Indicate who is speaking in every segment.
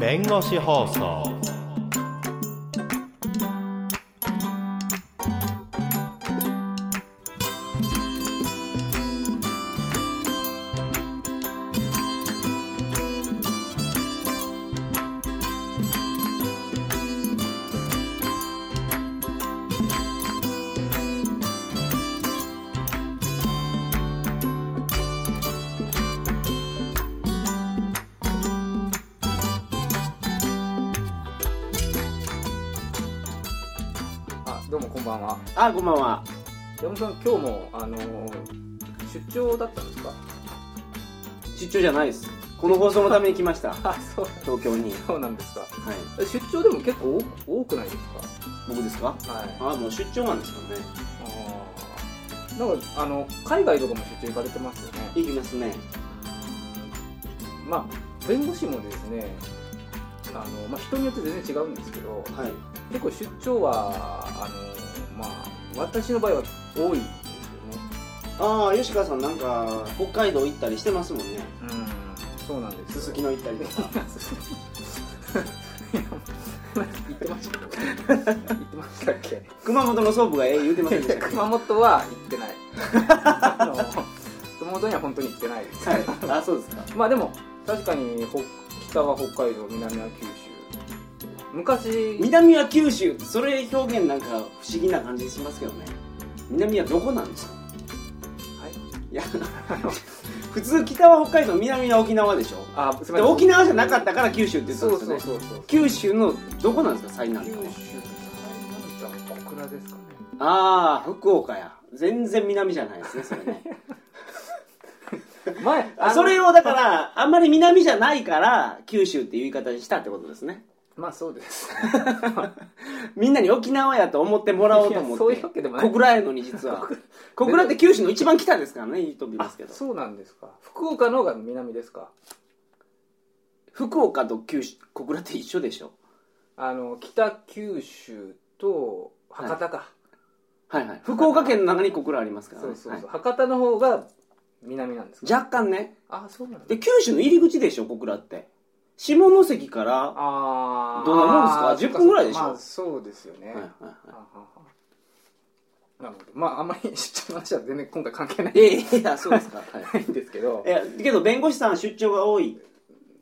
Speaker 1: 弁護士放送
Speaker 2: あどうもこんばんは
Speaker 3: あ、こんばんは。
Speaker 2: 山本さん今日もあのー出張だったんですか
Speaker 3: 出張じゃないです。この放送のために来ました。
Speaker 2: あそう
Speaker 3: 東京に。
Speaker 2: そうなんですか
Speaker 3: はい。
Speaker 2: え出張でも結構多多くないです
Speaker 3: 僕ですか
Speaker 2: かはいあ
Speaker 3: あ、もう出張なんですよね。
Speaker 2: ーなんかあの海外とかも出張行かれてますよね
Speaker 3: 行きますね。
Speaker 2: まあ弁護士もですねあの、まあ、人によって全然違うんですけど
Speaker 3: はい。
Speaker 2: 結構出張はあのまあ私の場合は多いですよね
Speaker 3: ああ、吉川さんなんか、北海道行ったりしてますもんね。
Speaker 2: うんそうなんです
Speaker 3: すすきの行ったりとか。
Speaker 2: 言ってました 言ってましたっけ
Speaker 3: 熊本の祖父がええ言うてませんでしたっけ
Speaker 2: 熊本は行ってない あの熊本には本当に行ってないです、
Speaker 3: はい。あ、そうですか。
Speaker 2: まあでも確かに北北は北海道南は九州昔
Speaker 3: 南は九州。それ表現なんか不思議な感じしますけどね。南はどこなんですか
Speaker 2: はい
Speaker 3: いや、 普通北は北海道、南は沖縄でしょ
Speaker 2: あすみ
Speaker 3: で
Speaker 2: ません
Speaker 3: 沖縄じゃなかったから九州って言ったん
Speaker 2: そ
Speaker 3: で
Speaker 2: う
Speaker 3: すよ
Speaker 2: そ
Speaker 3: ね
Speaker 2: うそうそう
Speaker 3: 九州のどこなんですか最
Speaker 2: 九
Speaker 3: 南
Speaker 2: 州
Speaker 3: 端は
Speaker 2: 最南端は小倉ですかね
Speaker 3: ああ福岡や全然南じゃないですねそれね
Speaker 2: 前
Speaker 3: あそれ
Speaker 2: を
Speaker 3: をだからあんまり南じゃないから九州っていう言い方にしたってことですね
Speaker 2: まあそうです
Speaker 3: みんなに沖縄やと思ってもらおうと思
Speaker 2: いや
Speaker 3: って
Speaker 2: そういうわけでもない
Speaker 3: 小倉やのに実は小倉って九州の一番北ですからね言いとびますけど
Speaker 2: そうなんですか福岡の方が南ですか
Speaker 3: 福岡と九州小倉って一緒でしょ
Speaker 2: あの北九州と博多か、
Speaker 3: はいはい福岡県の中に小倉ありますから、ね、
Speaker 2: そうそうそう、
Speaker 3: は
Speaker 2: 博多の方が南なんです
Speaker 3: い
Speaker 2: か
Speaker 3: 若干ね
Speaker 2: あそうなんだ
Speaker 3: で九州の入り口でしょ小倉って下関から
Speaker 2: あー
Speaker 3: どんなもんですか
Speaker 2: あー
Speaker 3: 10分ぐらいでしょ
Speaker 2: まあそうですよね、
Speaker 3: はいはいはい
Speaker 2: あははなるほどまああんまり 出張の話は全然今回関係ない
Speaker 3: いやいやいやそうですか、はい
Speaker 2: ないんですけど
Speaker 3: いやけど弁護士さん出張が多い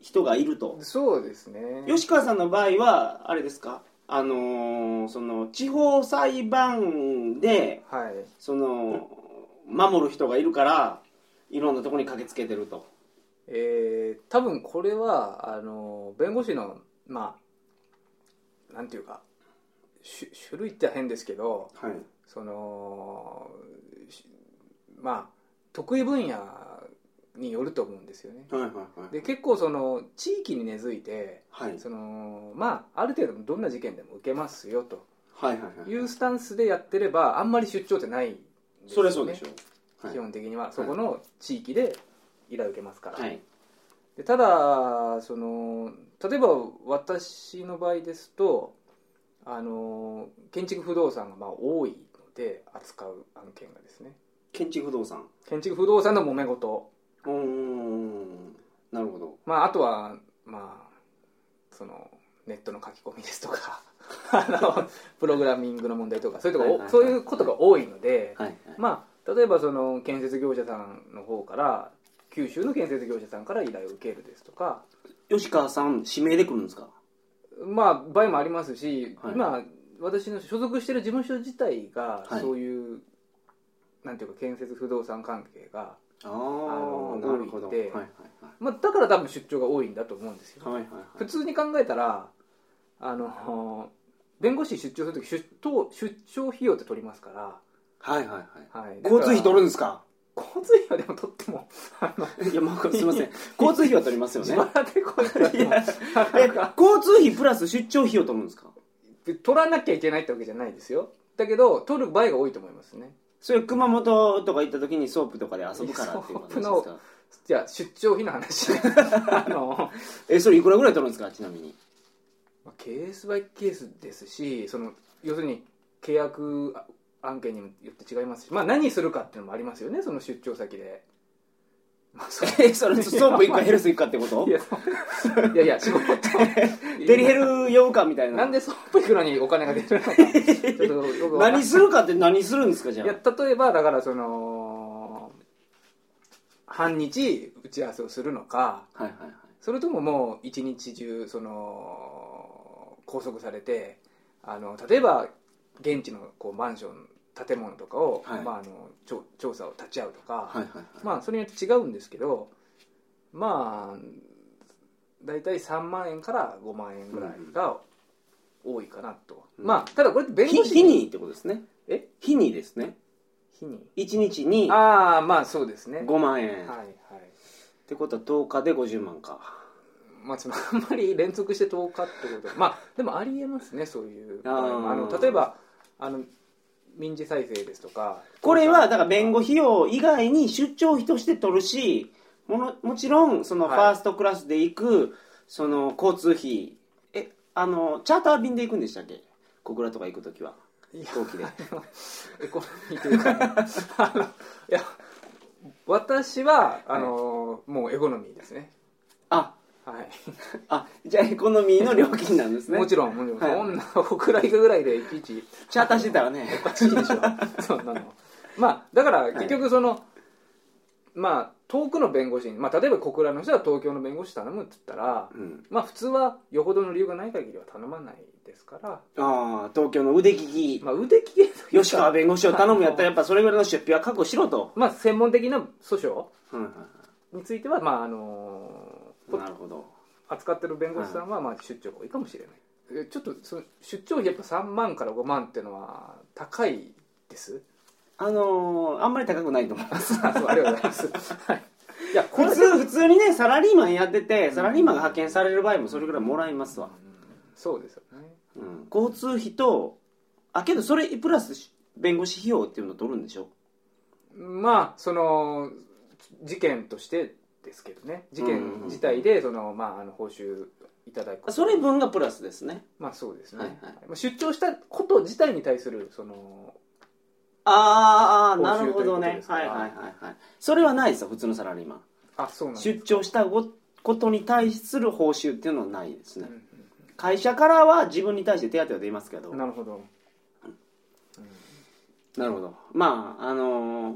Speaker 3: 人がいると
Speaker 2: そうですね
Speaker 3: 吉川さんの場合はあれですかあのーその地方裁判で
Speaker 2: はい
Speaker 3: その守る人がいるからいろんなところに駆けつけてると
Speaker 2: えー、多分これはあの弁護士のまあなんていうか種種類って変ですけど
Speaker 3: はい
Speaker 2: そのしまあ得意分野によると思うんですよね。
Speaker 3: はいはい
Speaker 2: で結構その地域に根付いて
Speaker 3: はいはい
Speaker 2: そのまあある程度どんな事件でも受けますよと
Speaker 3: はいはい
Speaker 2: いうスタンスでやってればあんまり出張ってないんですよ
Speaker 3: そ
Speaker 2: ね
Speaker 3: れはそうでしょう
Speaker 2: 基本的にはそこの地域で依頼受けますから、
Speaker 3: はい
Speaker 2: でただその例えば私の場合ですとあの建築不動産がまあ多いので扱う案件がですね
Speaker 3: 建築不動産
Speaker 2: 建築不動産の揉め事、
Speaker 3: うーんなるほど
Speaker 2: まあ、あとは、まあ、そのネットの書き込みですとか あのプログラミングの問題とかそういうとこ、
Speaker 3: はいはいはい
Speaker 2: そういうことが多いので、
Speaker 3: はいはい
Speaker 2: まあ、例えばその建設業者さんの方から九州の建設業者さんから依頼を受けるですとか
Speaker 3: 吉川さん指名で来るんですか
Speaker 2: まあ場合もありますし、
Speaker 3: はい
Speaker 2: 今私の所属している事務所自体が
Speaker 3: はい
Speaker 2: そういう、なんていうか建設不動産関係が、
Speaker 3: ああ
Speaker 2: の
Speaker 3: なるほど
Speaker 2: 多いんで
Speaker 3: はいはい
Speaker 2: まあ、だから多分出張が多いんだと思うんですよ、
Speaker 3: はいはいはい
Speaker 2: 普通に考えたらあの弁護士出張するとき出頭出張費用って取りますから,、
Speaker 3: はいはいはい
Speaker 2: はい、
Speaker 3: 交通費取るん
Speaker 2: る
Speaker 3: ですか
Speaker 2: 交通費はでも取ってもあの
Speaker 3: いやまあすいま せん交通費は取りますよね
Speaker 2: 自腹でこいつら
Speaker 3: い
Speaker 2: でも
Speaker 3: やえ交通費プラス出張費を取るんですか
Speaker 2: 取らなきゃいけないってわけじゃないですよだけど取る場合が多いと思いますね
Speaker 3: それ熊本とか行った時にソープとかで遊ぶからっていう話です
Speaker 2: ソープ
Speaker 3: か
Speaker 2: じゃあ出張費の 話あの
Speaker 3: えそれいくらぐらい取るんですかちなみに
Speaker 2: まあケースバイケースですしその要するに契約案件によって違いますし、まあ、何するかっていうのもありますよねその出張先でまあそう
Speaker 3: えそれソープ行くかヘルス行くかって こと
Speaker 2: いやそういやいや仕事
Speaker 3: デリヘル呼ぶかみたいな
Speaker 2: なんでソープ行くのにお金が出るのかちょっとよくわからん
Speaker 3: 何するかって何するんですかじゃ
Speaker 2: いや例えばだからその半日打ち合わせをするのか
Speaker 3: あはいはいはい
Speaker 2: それとももう一日中その拘束されてあの例えば現地のこうマンション建物とかを、
Speaker 3: はい
Speaker 2: まあ、あの調調査を立ち会うとか、
Speaker 3: はいはいはい
Speaker 2: まあそれによって違うんですけどまあ大体3万円から5万円ぐらいが多いかなと、
Speaker 3: うん
Speaker 2: まあただこれって弁
Speaker 3: 日
Speaker 2: 護士
Speaker 3: 日にってことですね
Speaker 2: え
Speaker 3: 日にですね
Speaker 2: 日に
Speaker 3: 1日に
Speaker 2: ああまあそうですね
Speaker 3: 5万円、
Speaker 2: はい
Speaker 3: っ
Speaker 2: はい
Speaker 3: てことは10日で50万か
Speaker 2: まあ、そのあんまり連続して10日ってことはまあでもありえますねそういう場合も
Speaker 3: あ
Speaker 2: あ
Speaker 3: ー
Speaker 2: の例えばあの民事再生ですとか
Speaker 3: これはだから
Speaker 2: 護
Speaker 3: 弁護費用以外に出張費として取るしものもちろんそのフ
Speaker 2: はい
Speaker 3: ァーストクラスで行く、その交通費えあのチャーター便で行くんでしたっけ小倉とか行く時は飛行機で
Speaker 2: エコノミーという か、あのいや私はあの、もうエコノミーですね
Speaker 3: あ
Speaker 2: はい
Speaker 3: あじゃあエコノミーの料金なんですね
Speaker 2: もちろんもちろん、
Speaker 3: はい
Speaker 2: そんなお蔵いくぐらいでいちいち
Speaker 3: チャーターしてたらね
Speaker 2: おかしい でしょそんなのまあだから結局その、まあ遠くの弁護士に、まあ、例えば小倉の人は東京の弁護士頼むっつったら、
Speaker 3: うん
Speaker 2: まあ普通はよほどの理由がない限りは頼まないですから、
Speaker 3: ああ東京の腕利き
Speaker 2: まあ、腕利きというか
Speaker 3: 吉川弁護士を頼むやったらやっぱそれぐらいの出費は確保しろと、
Speaker 2: まあ専門的な訴訟
Speaker 3: うんうん
Speaker 2: についてはまああの
Speaker 3: うんなるほど
Speaker 2: 扱ってる弁護士さんはまあ出張が多いかもしれない、えちょっとその出張費やっぱ3万から5万っていうのは高いです
Speaker 3: あのーあんまり高くないと思います
Speaker 2: あそうありがとうございます、はい、いやこ
Speaker 3: 普
Speaker 2: れ
Speaker 3: 通普通にねサラリーマンやっててサラリーマンが派遣される場合もそれぐらいもらいますわ、
Speaker 2: そうですよね
Speaker 3: うん、交通費とあけどそれプラス弁護士費用っていうのを取るんでしょ
Speaker 2: まあその事件としてですけどね事
Speaker 3: うんうんうん
Speaker 2: 件自体でその、まあ、あの報酬いただく
Speaker 3: それ分がプラスですね
Speaker 2: まあそうですね、
Speaker 3: はいはい
Speaker 2: まあ出張したこと自体に対するその
Speaker 3: あーあー
Speaker 2: 報酬
Speaker 3: なるほ
Speaker 2: という
Speaker 3: ど
Speaker 2: こと
Speaker 3: ね
Speaker 2: ですか
Speaker 3: はい
Speaker 2: ら
Speaker 3: はいはいはいそれはないですよ普通のサラリーマン
Speaker 2: あそうなんです
Speaker 3: 出張したごことに対する報酬っていうのはないですね
Speaker 2: うんうん
Speaker 3: 会社からは自分に対して手当は出ますけど
Speaker 2: うんなるほど、
Speaker 3: なるほどまああのー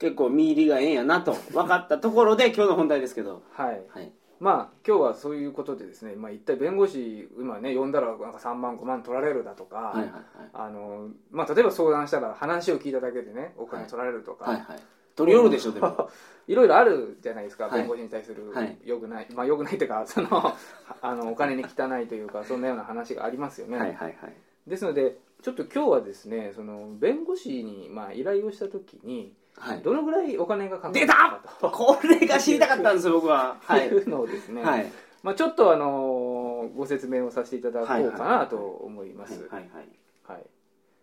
Speaker 3: 結構見入りがええんやなと分かったところで今日の本題ですけど
Speaker 2: はい
Speaker 3: はい
Speaker 2: まあ、今日はそういうことでですね、まあ、一体弁護士今ね呼んだらなんか3万5万取られるだとか、
Speaker 3: はいはい
Speaker 2: あのまあ、例えば相談したら話を聞いただけでねお金
Speaker 3: はい
Speaker 2: 取られるとか、
Speaker 3: はいはいはい取り寄るでしょでも
Speaker 2: いろいろあるじゃないですか、
Speaker 3: はい
Speaker 2: 弁護士に対する
Speaker 3: はい
Speaker 2: 良くない、まあ良くないと いうかそのあのお金に汚いというかそんなような話がありますよね、
Speaker 3: はいはいはい
Speaker 2: ですのでちょっと今日はですねその弁護士にまあ依頼をした時に
Speaker 3: はい
Speaker 2: どのぐらいお金がかか
Speaker 3: 出
Speaker 2: る
Speaker 3: た
Speaker 2: のかと
Speaker 3: これが知りたかったんです僕ははいい、
Speaker 2: うのをですね、
Speaker 3: はい、
Speaker 2: まあ、ちょっとあのご説明をさせていただこうかなと思います、
Speaker 3: はいはい
Speaker 2: はい、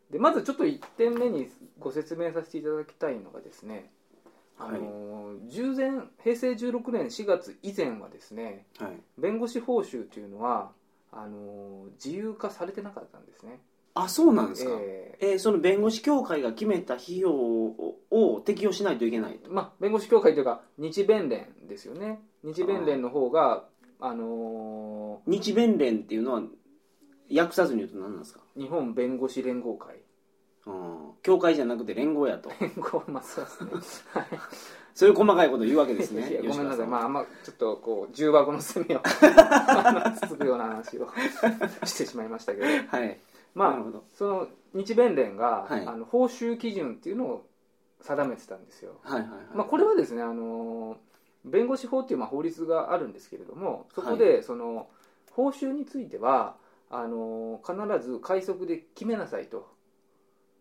Speaker 2: でまずちょっと1点目にご説明させていただきたいのがですね、あのー従前平成16年4月以前はですね
Speaker 3: はい
Speaker 2: 弁護士報酬というのはあのー自由化されてなかったんですね。
Speaker 3: あそうなんですか、え
Speaker 2: え
Speaker 3: ーその弁護士協会が決めた費用をを適用しないといけない
Speaker 2: ーまあ、弁護士協会というか日弁連ですよね日弁連の方が、あの
Speaker 3: 日弁連っていうのは訳さずに言うと何なんですか
Speaker 2: ー日本弁護士連合会
Speaker 3: うん協会じゃなくて連合や と
Speaker 2: 連合まあそうですね、はい
Speaker 3: そういう細かいことを言うわけですね
Speaker 2: いやごめんなさい、まあ、
Speaker 3: あ
Speaker 2: あんまちょっとこう重箱の 隅をあのつつくような話を してしまいましたけど
Speaker 3: はいなる
Speaker 2: まあ
Speaker 3: ほど
Speaker 2: その日弁連が、
Speaker 3: はい
Speaker 2: あの報酬基準っていうのを定めてたんですよ、
Speaker 3: はいはいはい、
Speaker 2: まあ、これはですねあの弁護士法っていうまあ法律があるんですけれどもそこでその報酬についてはあの必ず快速で決めなさいと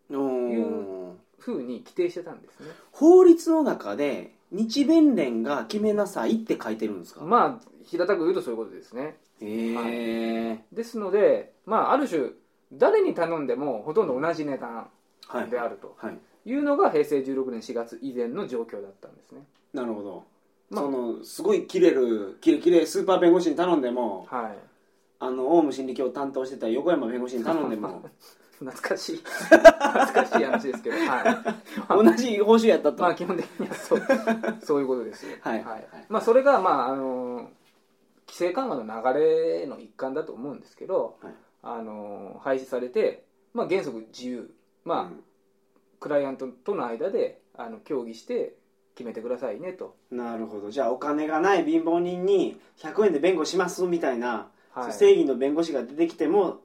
Speaker 3: うん
Speaker 2: いうふうに規定してたんですね
Speaker 3: 法律の中で日弁連が決めなさいって書いてるんですか、
Speaker 2: まあ平たく言うとそういうことですね
Speaker 3: へえ
Speaker 2: ですので、まあ、ある種誰に頼んでもほとんど同じ値段
Speaker 3: はい
Speaker 2: であると
Speaker 3: はい
Speaker 2: いうのが平成16年4月以前の状況だったんですね。
Speaker 3: なるほど、
Speaker 2: まあ
Speaker 3: そのすごい切れる切れ切れスーパー弁護士に頼んでも
Speaker 2: はい、
Speaker 3: あのオウム真理教を担当してた横山弁護士に頼んでも
Speaker 2: 懐かしい懐かしい話ですけど、はい
Speaker 3: 同じ報酬やったと、
Speaker 2: まあ、基本的にはそうそういうことです、
Speaker 3: はいはい
Speaker 2: まあ、それが、まああのー規制緩和の流れの一環だと思うんですけど、
Speaker 3: はい
Speaker 2: あのー廃止されて、まあ、原則自由、まあクライアントとの間であの協議して決めてくださいねと、
Speaker 3: うんなるほどじゃあお金がない貧乏人に100円で弁護しますみたいな、
Speaker 2: はい、
Speaker 3: 正義の弁護士が出てきても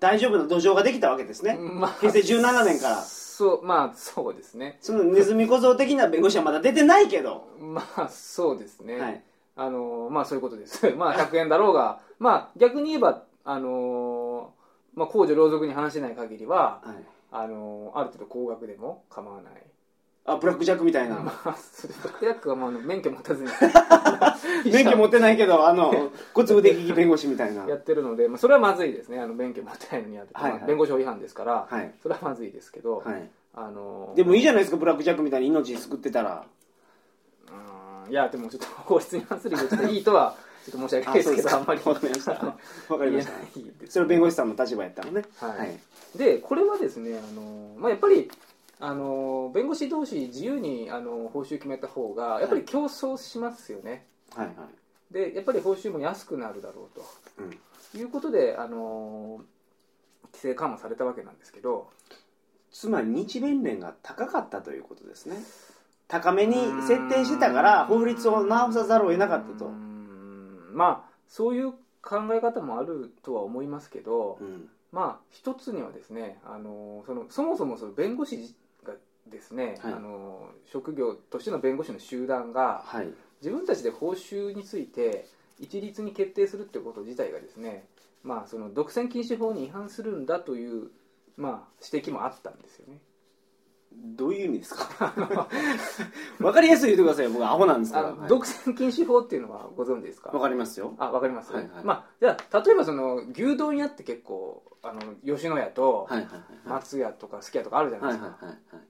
Speaker 3: 大丈夫な土壌ができたわけですね、
Speaker 2: まあ
Speaker 3: 平成17年から
Speaker 2: そうまあそうですね
Speaker 3: そのネズミ小僧的な弁護士はまだ出てないけど、
Speaker 2: まあそうですね、
Speaker 3: はい、
Speaker 2: あのまあそういうことです まあ100円だろうがまあ逆に言えばあのまあ公序良俗に話してない限りは
Speaker 3: はい、
Speaker 2: あのある程度高額でも構わない
Speaker 3: あブラックジャックみたいな、
Speaker 2: まあそれとヤックはまああの免許持たずに
Speaker 3: 免許持ってないけどあの 小粒で利き弁護士みたいな
Speaker 2: やってるので、まあ、それはまずいですねあの免許持ってないのにやって、
Speaker 3: はいはい
Speaker 2: まあ弁護士法違反ですから、
Speaker 3: はい、
Speaker 2: それはまずいですけど、
Speaker 3: はい、
Speaker 2: あの
Speaker 3: でもいいじゃないですかブラックジャックみたいに命救って たら
Speaker 2: うんいやでもちょっと 皇室に反することでいいとはちょっと申し訳ないですけどあんまり
Speaker 3: わかりましたわかりました
Speaker 2: 言えないですね
Speaker 3: それ弁護士さんの立場やったのね
Speaker 2: はいでこれはですねあの、まあ、やっぱりあの弁護士同士自由にあの報酬決めた方がやっぱり競争しますよね、
Speaker 3: はいはい
Speaker 2: でやっぱり報酬も安くなるだろう
Speaker 3: うん
Speaker 2: ということであの規制緩和されたわけなんですけど
Speaker 3: つまり日弁連が高かったということですね高めに設定してたから法律を直さざるを得なかった
Speaker 2: う
Speaker 3: と
Speaker 2: ー、んまあそういう考え方もあるとは思いますけど、
Speaker 3: うん、
Speaker 2: まあ一つにはですねあのそのそもそもその弁護士がですね、
Speaker 3: はい
Speaker 2: あの職業としての弁護士の集団が
Speaker 3: はい
Speaker 2: 自分たちで報酬について一律に決定するってこと自体がですね、まあ、その独占禁止法に違反するんだという、まあ、指摘もあったんですよね。
Speaker 3: どういう意味ですか わかりやすく言ってくださいよ僕アホなんですか
Speaker 2: あ
Speaker 3: ら
Speaker 2: の
Speaker 3: はい
Speaker 2: 独占禁止法っていうのはご存知ですか
Speaker 3: わかりますよ
Speaker 2: あわかります、
Speaker 3: はいはい
Speaker 2: まあ、じゃあ例えばその牛丼屋って結構あの吉野家と
Speaker 3: はいはいはいはい
Speaker 2: 松屋とかすき家とかあるじゃない
Speaker 3: はい
Speaker 2: で
Speaker 3: はい
Speaker 2: すか、
Speaker 3: はいはい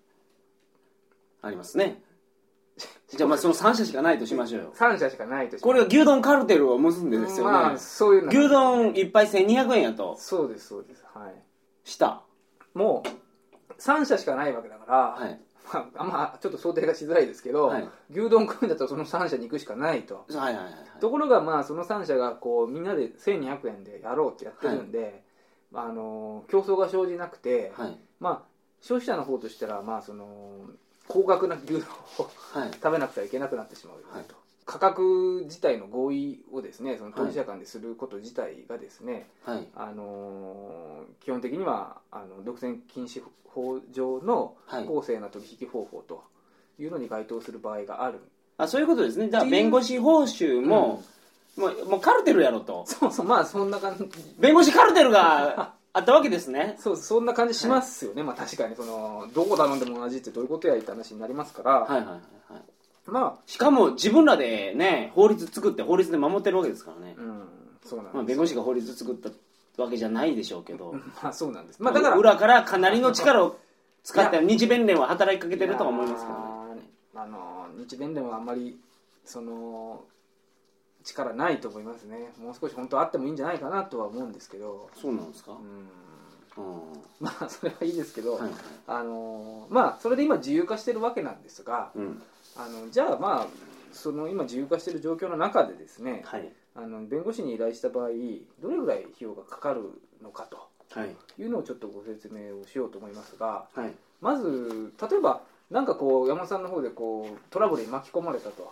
Speaker 3: ありますねじゃあまあその3社しかないとしましょうよ
Speaker 2: 三社しかないとし
Speaker 3: これが牛丼カルテルを結んでですよね、
Speaker 2: まあそういうの
Speaker 3: 牛丼一杯1200円やと
Speaker 2: そうですそうですはい
Speaker 3: した
Speaker 2: もう3社しかないわけだから、
Speaker 3: はい
Speaker 2: まあ、あんまちょっと想定がしづらいですけど、
Speaker 3: はい
Speaker 2: 牛丼食うんだったらその3社に行くしかないと、
Speaker 3: はいはいはいはい
Speaker 2: ところがまあその3社がこうみんなで1200円でやろうってやってるんで、あの競争が生じなくて、
Speaker 3: はい
Speaker 2: まあ消費者の方としたらまあその高額な牛丼を
Speaker 3: はい
Speaker 2: 食べなくてはいけなくなってしまうよねと、
Speaker 3: はい
Speaker 2: 価格自体の合意をですねその当事者間ですること自体がですね、
Speaker 3: はい
Speaker 2: あのー基本的にはあの独占禁止法上の
Speaker 3: はい
Speaker 2: 公正な取引方法というのに該当する場合がある、
Speaker 3: あそういうことですねだから弁護士報酬も、もうもうカルテルやろと
Speaker 2: そうそうまあそんな感じ
Speaker 3: 弁護士カルテル があったわけですね
Speaker 2: そうそんな感じしますよね、まあ確かにそのどこ頼んでも同じってどういうことやいって話になりますから、
Speaker 3: はいはいはいはい
Speaker 2: ま
Speaker 3: しかも自分らでね法律作って法律で守ってるわけですからね
Speaker 2: あ、うんそうなんです、
Speaker 3: まあ、弁護士が法律作ったわけじゃないでしょうけど、
Speaker 2: まあそうなんですまあだから
Speaker 3: 裏からかなりの力を使った日弁連は働きかけてるとは思いますけどね
Speaker 2: いやーあのー日弁連はあんまりその力ないと思いますねもう少し本当はあってもいいんじゃないかなとは思うんですけど
Speaker 3: そうなんですか、
Speaker 2: うん
Speaker 3: うん
Speaker 2: まあそれはいいですけど、
Speaker 3: はいはい
Speaker 2: あのーまあそれで今自由化してるわけなんですが
Speaker 3: うん
Speaker 2: あのじゃあまあその今自由化してる状況の中でですね
Speaker 3: はい
Speaker 2: あの弁護士に依頼した場合どれぐらい費用がかかるのかと
Speaker 3: はい
Speaker 2: いうのをちょっとご説明をしようと思いますが
Speaker 3: はい
Speaker 2: まず例えばなんかこう山本さんの方でこうトラブルに巻き込まれたと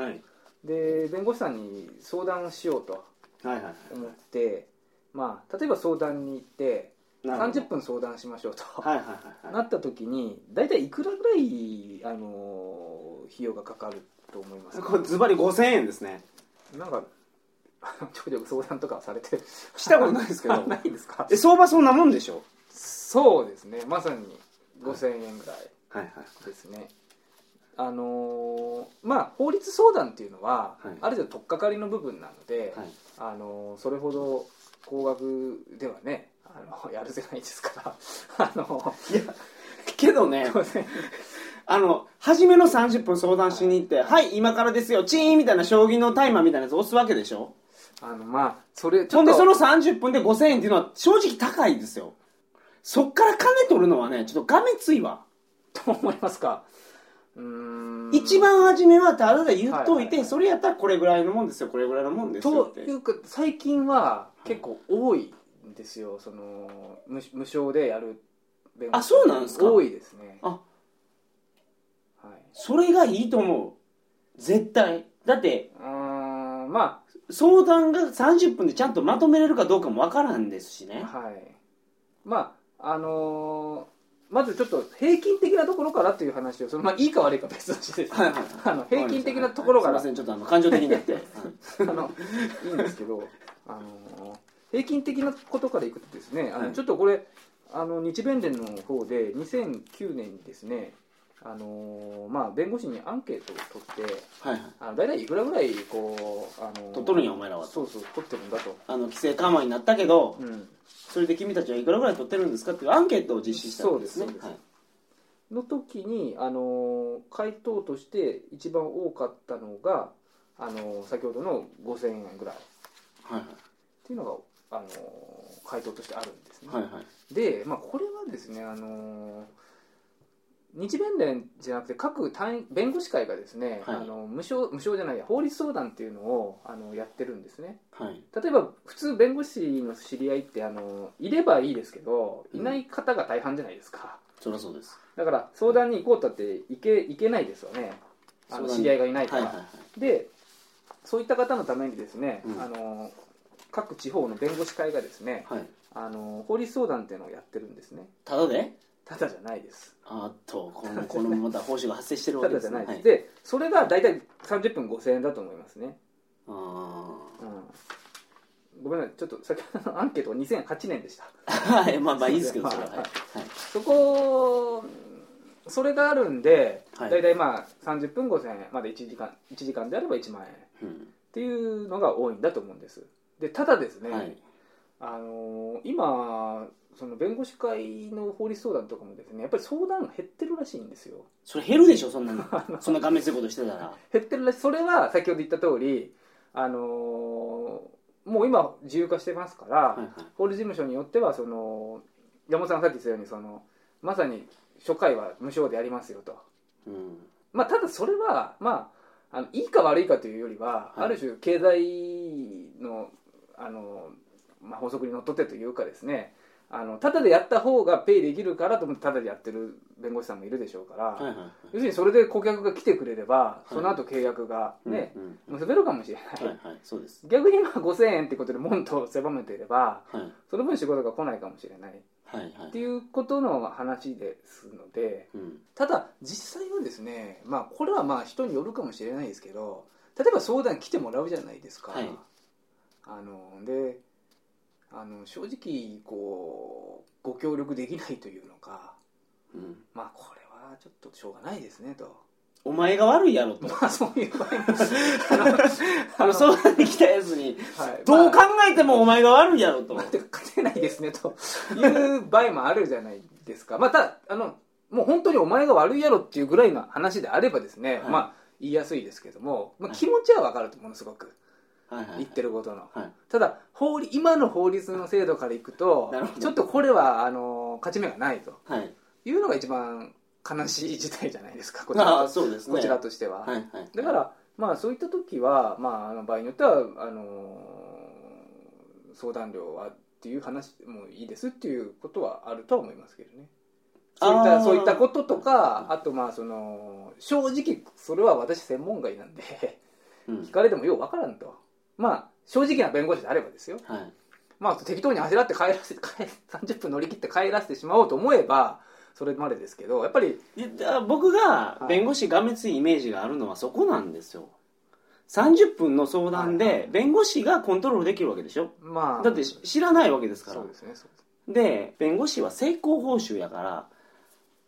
Speaker 3: はい
Speaker 2: で弁護士さんに相談をしようと
Speaker 3: はいはい
Speaker 2: 思って、まあ、例えば相談に行って
Speaker 3: なるほど
Speaker 2: 30分相談しましょうと、
Speaker 3: はいはいはいは
Speaker 2: なった時に大体いくらぐらい、あのー費用がかかると思います
Speaker 3: い
Speaker 2: か
Speaker 3: これズバリ5000円ですね
Speaker 2: なんか ちょくちょく相談とかされて
Speaker 3: したことないですけど
Speaker 2: ないですか
Speaker 3: え相場そんなもんでしょ
Speaker 2: そうですねまさに5000円ぐらい
Speaker 3: はいはい
Speaker 2: ですね、あのーまあ法律相談っていうのは、
Speaker 3: はい
Speaker 2: ある程度取っかかりの部分なので、
Speaker 3: はい
Speaker 2: あのーそれほど高額ではねあの やるじゃないですから あの
Speaker 3: けどね
Speaker 2: 当然
Speaker 3: あの初めの30分相談しに行って「はい今からですよチーン!」みたいな将棋のタイマーみたいなやつ押すわけでしょ
Speaker 2: あのまあそれち
Speaker 3: ほ
Speaker 2: ょ
Speaker 3: ん
Speaker 2: っと
Speaker 3: でその30分で5000円っていうのは正直高いですよそっから金取るのはねちょっとがめついわ
Speaker 2: と思いますかうーん
Speaker 3: 一番初めはただで言っとい
Speaker 2: はいはいは
Speaker 3: て
Speaker 2: い
Speaker 3: それやったらこれぐらいのもんですよこれぐらいのもんですよっ
Speaker 2: と
Speaker 3: て
Speaker 2: いうか最近は結構多いんですよその無無償でやる弁
Speaker 3: あそうなんですか
Speaker 2: 多いですね
Speaker 3: あ
Speaker 2: はい、
Speaker 3: それがいいと思う絶対だって
Speaker 2: うーんま
Speaker 3: 相談が30分でちゃんとまとめれるかどうかもわからんですし
Speaker 2: あ
Speaker 3: ね
Speaker 2: はいまああのーまずちょっと平均的なところからという話をその、まあ、いいか悪いか別としてですね
Speaker 3: はいはい
Speaker 2: あの平均的なところから
Speaker 3: すいませんちょっとあの感情的になってはい
Speaker 2: あのいいんですけど、あの平均的なことからいくとですね、あの
Speaker 3: はい
Speaker 2: ちょっとこれあの日弁連の方で2009年にですね、あのまあ弁護士にアンケートを取って、
Speaker 3: はいはい
Speaker 2: あの大体いくらぐらいこうあの
Speaker 3: 取っとるんやお前らは
Speaker 2: そうそう取ってるんだと、
Speaker 3: あの規制緩和になったけど
Speaker 2: うん、
Speaker 3: それで君たちはいくらぐらい取ってるんですかっていうアンケートを実施したんですね
Speaker 2: そうですそ
Speaker 3: は
Speaker 2: うで
Speaker 3: い
Speaker 2: の時にあの回答として一番多かったのがあの先ほどの5000円ぐらいっ
Speaker 3: はい
Speaker 2: ていうのがあの回答としてあるんですね。
Speaker 3: はいはいはい
Speaker 2: で、まあ、これはですね、あのー日弁連じゃなくて各単位弁護士会がですね、
Speaker 3: はい
Speaker 2: あの無償無償じゃないや法律相談っていうのをあのやってるんですね
Speaker 3: はい
Speaker 2: 例えば普通弁護士の知り合いってあのいればいいですけどいない方が大半じゃないですか、
Speaker 3: そりゃそうです
Speaker 2: だから相談に行こうったって行け行けないですよねあの
Speaker 3: 相談に
Speaker 2: 知り合いがいな
Speaker 3: はい
Speaker 2: いか
Speaker 3: は
Speaker 2: ら、
Speaker 3: いはい
Speaker 2: でそういった方のためにですね、
Speaker 3: うん
Speaker 2: あの各地方の弁護士会がですね、
Speaker 3: はい
Speaker 2: あの法律相談っていうのをやってるんですね
Speaker 3: ただで
Speaker 2: ただじゃないです
Speaker 3: あっとこのこのまた報酬が発生してる
Speaker 2: た
Speaker 3: わけ
Speaker 2: だ
Speaker 3: で
Speaker 2: じゃ
Speaker 3: す
Speaker 2: な
Speaker 3: ね
Speaker 2: いです、
Speaker 3: はい
Speaker 2: でそれが大体30分5000円だと思いますね、
Speaker 3: あー
Speaker 2: うん、ごめんなさいちょっと先ほどのアンケートが2008年でした
Speaker 3: はいまあまあいいですけどそれは
Speaker 2: は
Speaker 3: はいいはい
Speaker 2: そこそれがあるんで、
Speaker 3: はい
Speaker 2: 大体まあ30分5000円まで1時間1時間であれば1万円っ
Speaker 3: うん
Speaker 2: ていうのが多いんだと思うんですでただですね、
Speaker 3: はい
Speaker 2: あのー今その弁護士会の法律相談とかもですねやっぱり相談が減ってるらしいんですよ
Speaker 3: それ減るでしょ そんなのそんながめついことしてたら
Speaker 2: 減ってるらしいそれは先ほど言った通りあのーもう今自由化してますから、
Speaker 3: はいはい
Speaker 2: 法律事務所によってはその山本さんがさっき言ったようにそのまさに初回は無償でやりますよと、
Speaker 3: うん
Speaker 2: まあ、ただそれは、まあ、あのいいか悪いかというよりは、
Speaker 3: はい
Speaker 2: ある種経済のあの、まあ、法則にのっとってというかですねあのただでやった方がペイできるからと思ってただでやってる弁護士さんもいるでしょうから、
Speaker 3: はいはいはい
Speaker 2: 要するにそれで顧客が来てくれれば
Speaker 3: い
Speaker 2: その後契約がね、
Speaker 3: うんうん
Speaker 2: 結べるかもしれない、
Speaker 3: はいはいそうです
Speaker 2: 逆にまあ5000円ってことで門と狭めていれば
Speaker 3: はい
Speaker 2: その分仕事が来ないかもしれないっ
Speaker 3: はいはい
Speaker 2: ていうことの話ですので
Speaker 3: うん
Speaker 2: ただ実際はですねまあこれはまあ人によるかもしれないですけど例えば相談来てもらうじゃないですか、
Speaker 3: はい
Speaker 2: あのであの正直こうご協力できないというのか
Speaker 3: うん
Speaker 2: まあこれはちょっとしょうがないですねと。
Speaker 3: お前が悪いや ろと
Speaker 2: まあそういう場合も
Speaker 3: あの相談に来たやつに
Speaker 2: はい
Speaker 3: どう考
Speaker 2: まあ
Speaker 3: えてもお前が悪いやろと
Speaker 2: まあてか勝てないですねという場合もあるじゃないですかまあただあのもう本当にお前が悪いやろっていうぐらいの話であればですね、
Speaker 3: はい
Speaker 2: まあ言いやすいですけども、まあ、
Speaker 3: はい
Speaker 2: 気持ちは分かるとものすごく
Speaker 3: はいはい
Speaker 2: 言ってることの
Speaker 3: はい
Speaker 2: ただ法律今の法律の制度からいくと
Speaker 3: なるほど
Speaker 2: ちょっとこれはあの勝ち目がないと
Speaker 3: はい
Speaker 2: いうのが一番悲しい事態じゃないですかこち
Speaker 3: あ
Speaker 2: ら
Speaker 3: あそうですね
Speaker 2: こちらとしては。
Speaker 3: はいはい
Speaker 2: だから、まあ、そういった時は、まあ、あの場合によってはあのー相談料はっていう話もいいですっていうことはあるとは思いますけどねそういっ
Speaker 3: あ
Speaker 2: た
Speaker 3: ー
Speaker 2: そういったこととかあとまあその正直それは私専門外なんで
Speaker 3: うん
Speaker 2: 聞かれてもようわからんとまあ正直な弁護士であればですよ
Speaker 3: はい
Speaker 2: まあ適当に焦らって帰らせ て帰30分乗り切って帰らせてしまおうと思えばそれまでですけどやっぱり
Speaker 3: でだ僕が
Speaker 2: はい
Speaker 3: 弁護士がめついイメージがあるのはそこなんですよ30分の相談
Speaker 2: はいはい
Speaker 3: で弁護士がコントロールできるわけでしょ
Speaker 2: まあ
Speaker 3: だってし知らないわけですから
Speaker 2: そうですねそうです
Speaker 3: で弁護士は成功報酬やから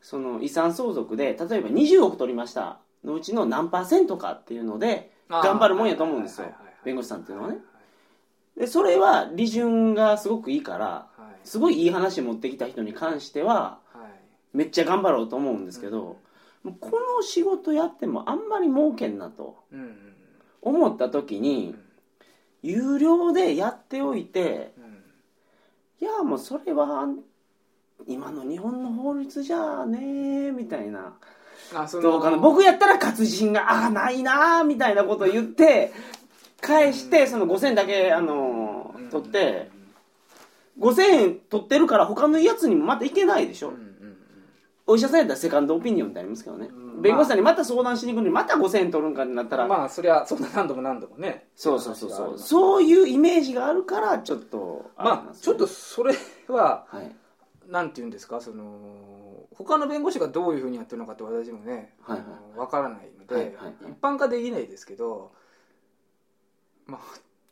Speaker 3: その遺産相続で例えば20億取りましたのうちの何パーセントかっていうので
Speaker 2: あー
Speaker 3: 頑張るもんやと思うんですよ
Speaker 2: はいはいはいはい
Speaker 3: 弁護士さんっていうのはね
Speaker 2: は
Speaker 3: でそれは利潤がすごくいいから
Speaker 2: いはい
Speaker 3: すごいいい話持ってきた人に関しては
Speaker 2: はい、
Speaker 3: めっちゃ頑張ろうと思うんですけど、もうこの仕事やってもあんまり儲けんなと
Speaker 2: うんうん
Speaker 3: 思った時
Speaker 2: うん
Speaker 3: に有料でやっておいて
Speaker 2: うん
Speaker 3: いやもうそれは今の日本の法律じゃあねみたいな
Speaker 2: あその
Speaker 3: どうかな僕やったら活字がああないなーみたいなこと言って返してその5000だけあのー取って5000円取ってるから他のやつにもまたいけないでし
Speaker 2: う
Speaker 3: ょ
Speaker 2: んうんうん
Speaker 3: お医者さんやったらセカンドオピニオンってありますけどね
Speaker 2: うん
Speaker 3: 弁護士さんにまた相談しに行くのにまた5000円取るんかってなったら
Speaker 2: まあそりゃそんな何度も何度もね
Speaker 3: そうそうそうそう
Speaker 2: う
Speaker 3: そういうイメージがあるからちょっと
Speaker 2: まあちょっと
Speaker 3: は
Speaker 2: それはいなんて言うんですかその他の弁護士がどういうふうにやってるのかって私もね、
Speaker 3: はいはい
Speaker 2: あのわからないので、
Speaker 3: はいはいはい
Speaker 2: 一般化できないですけど、まあ、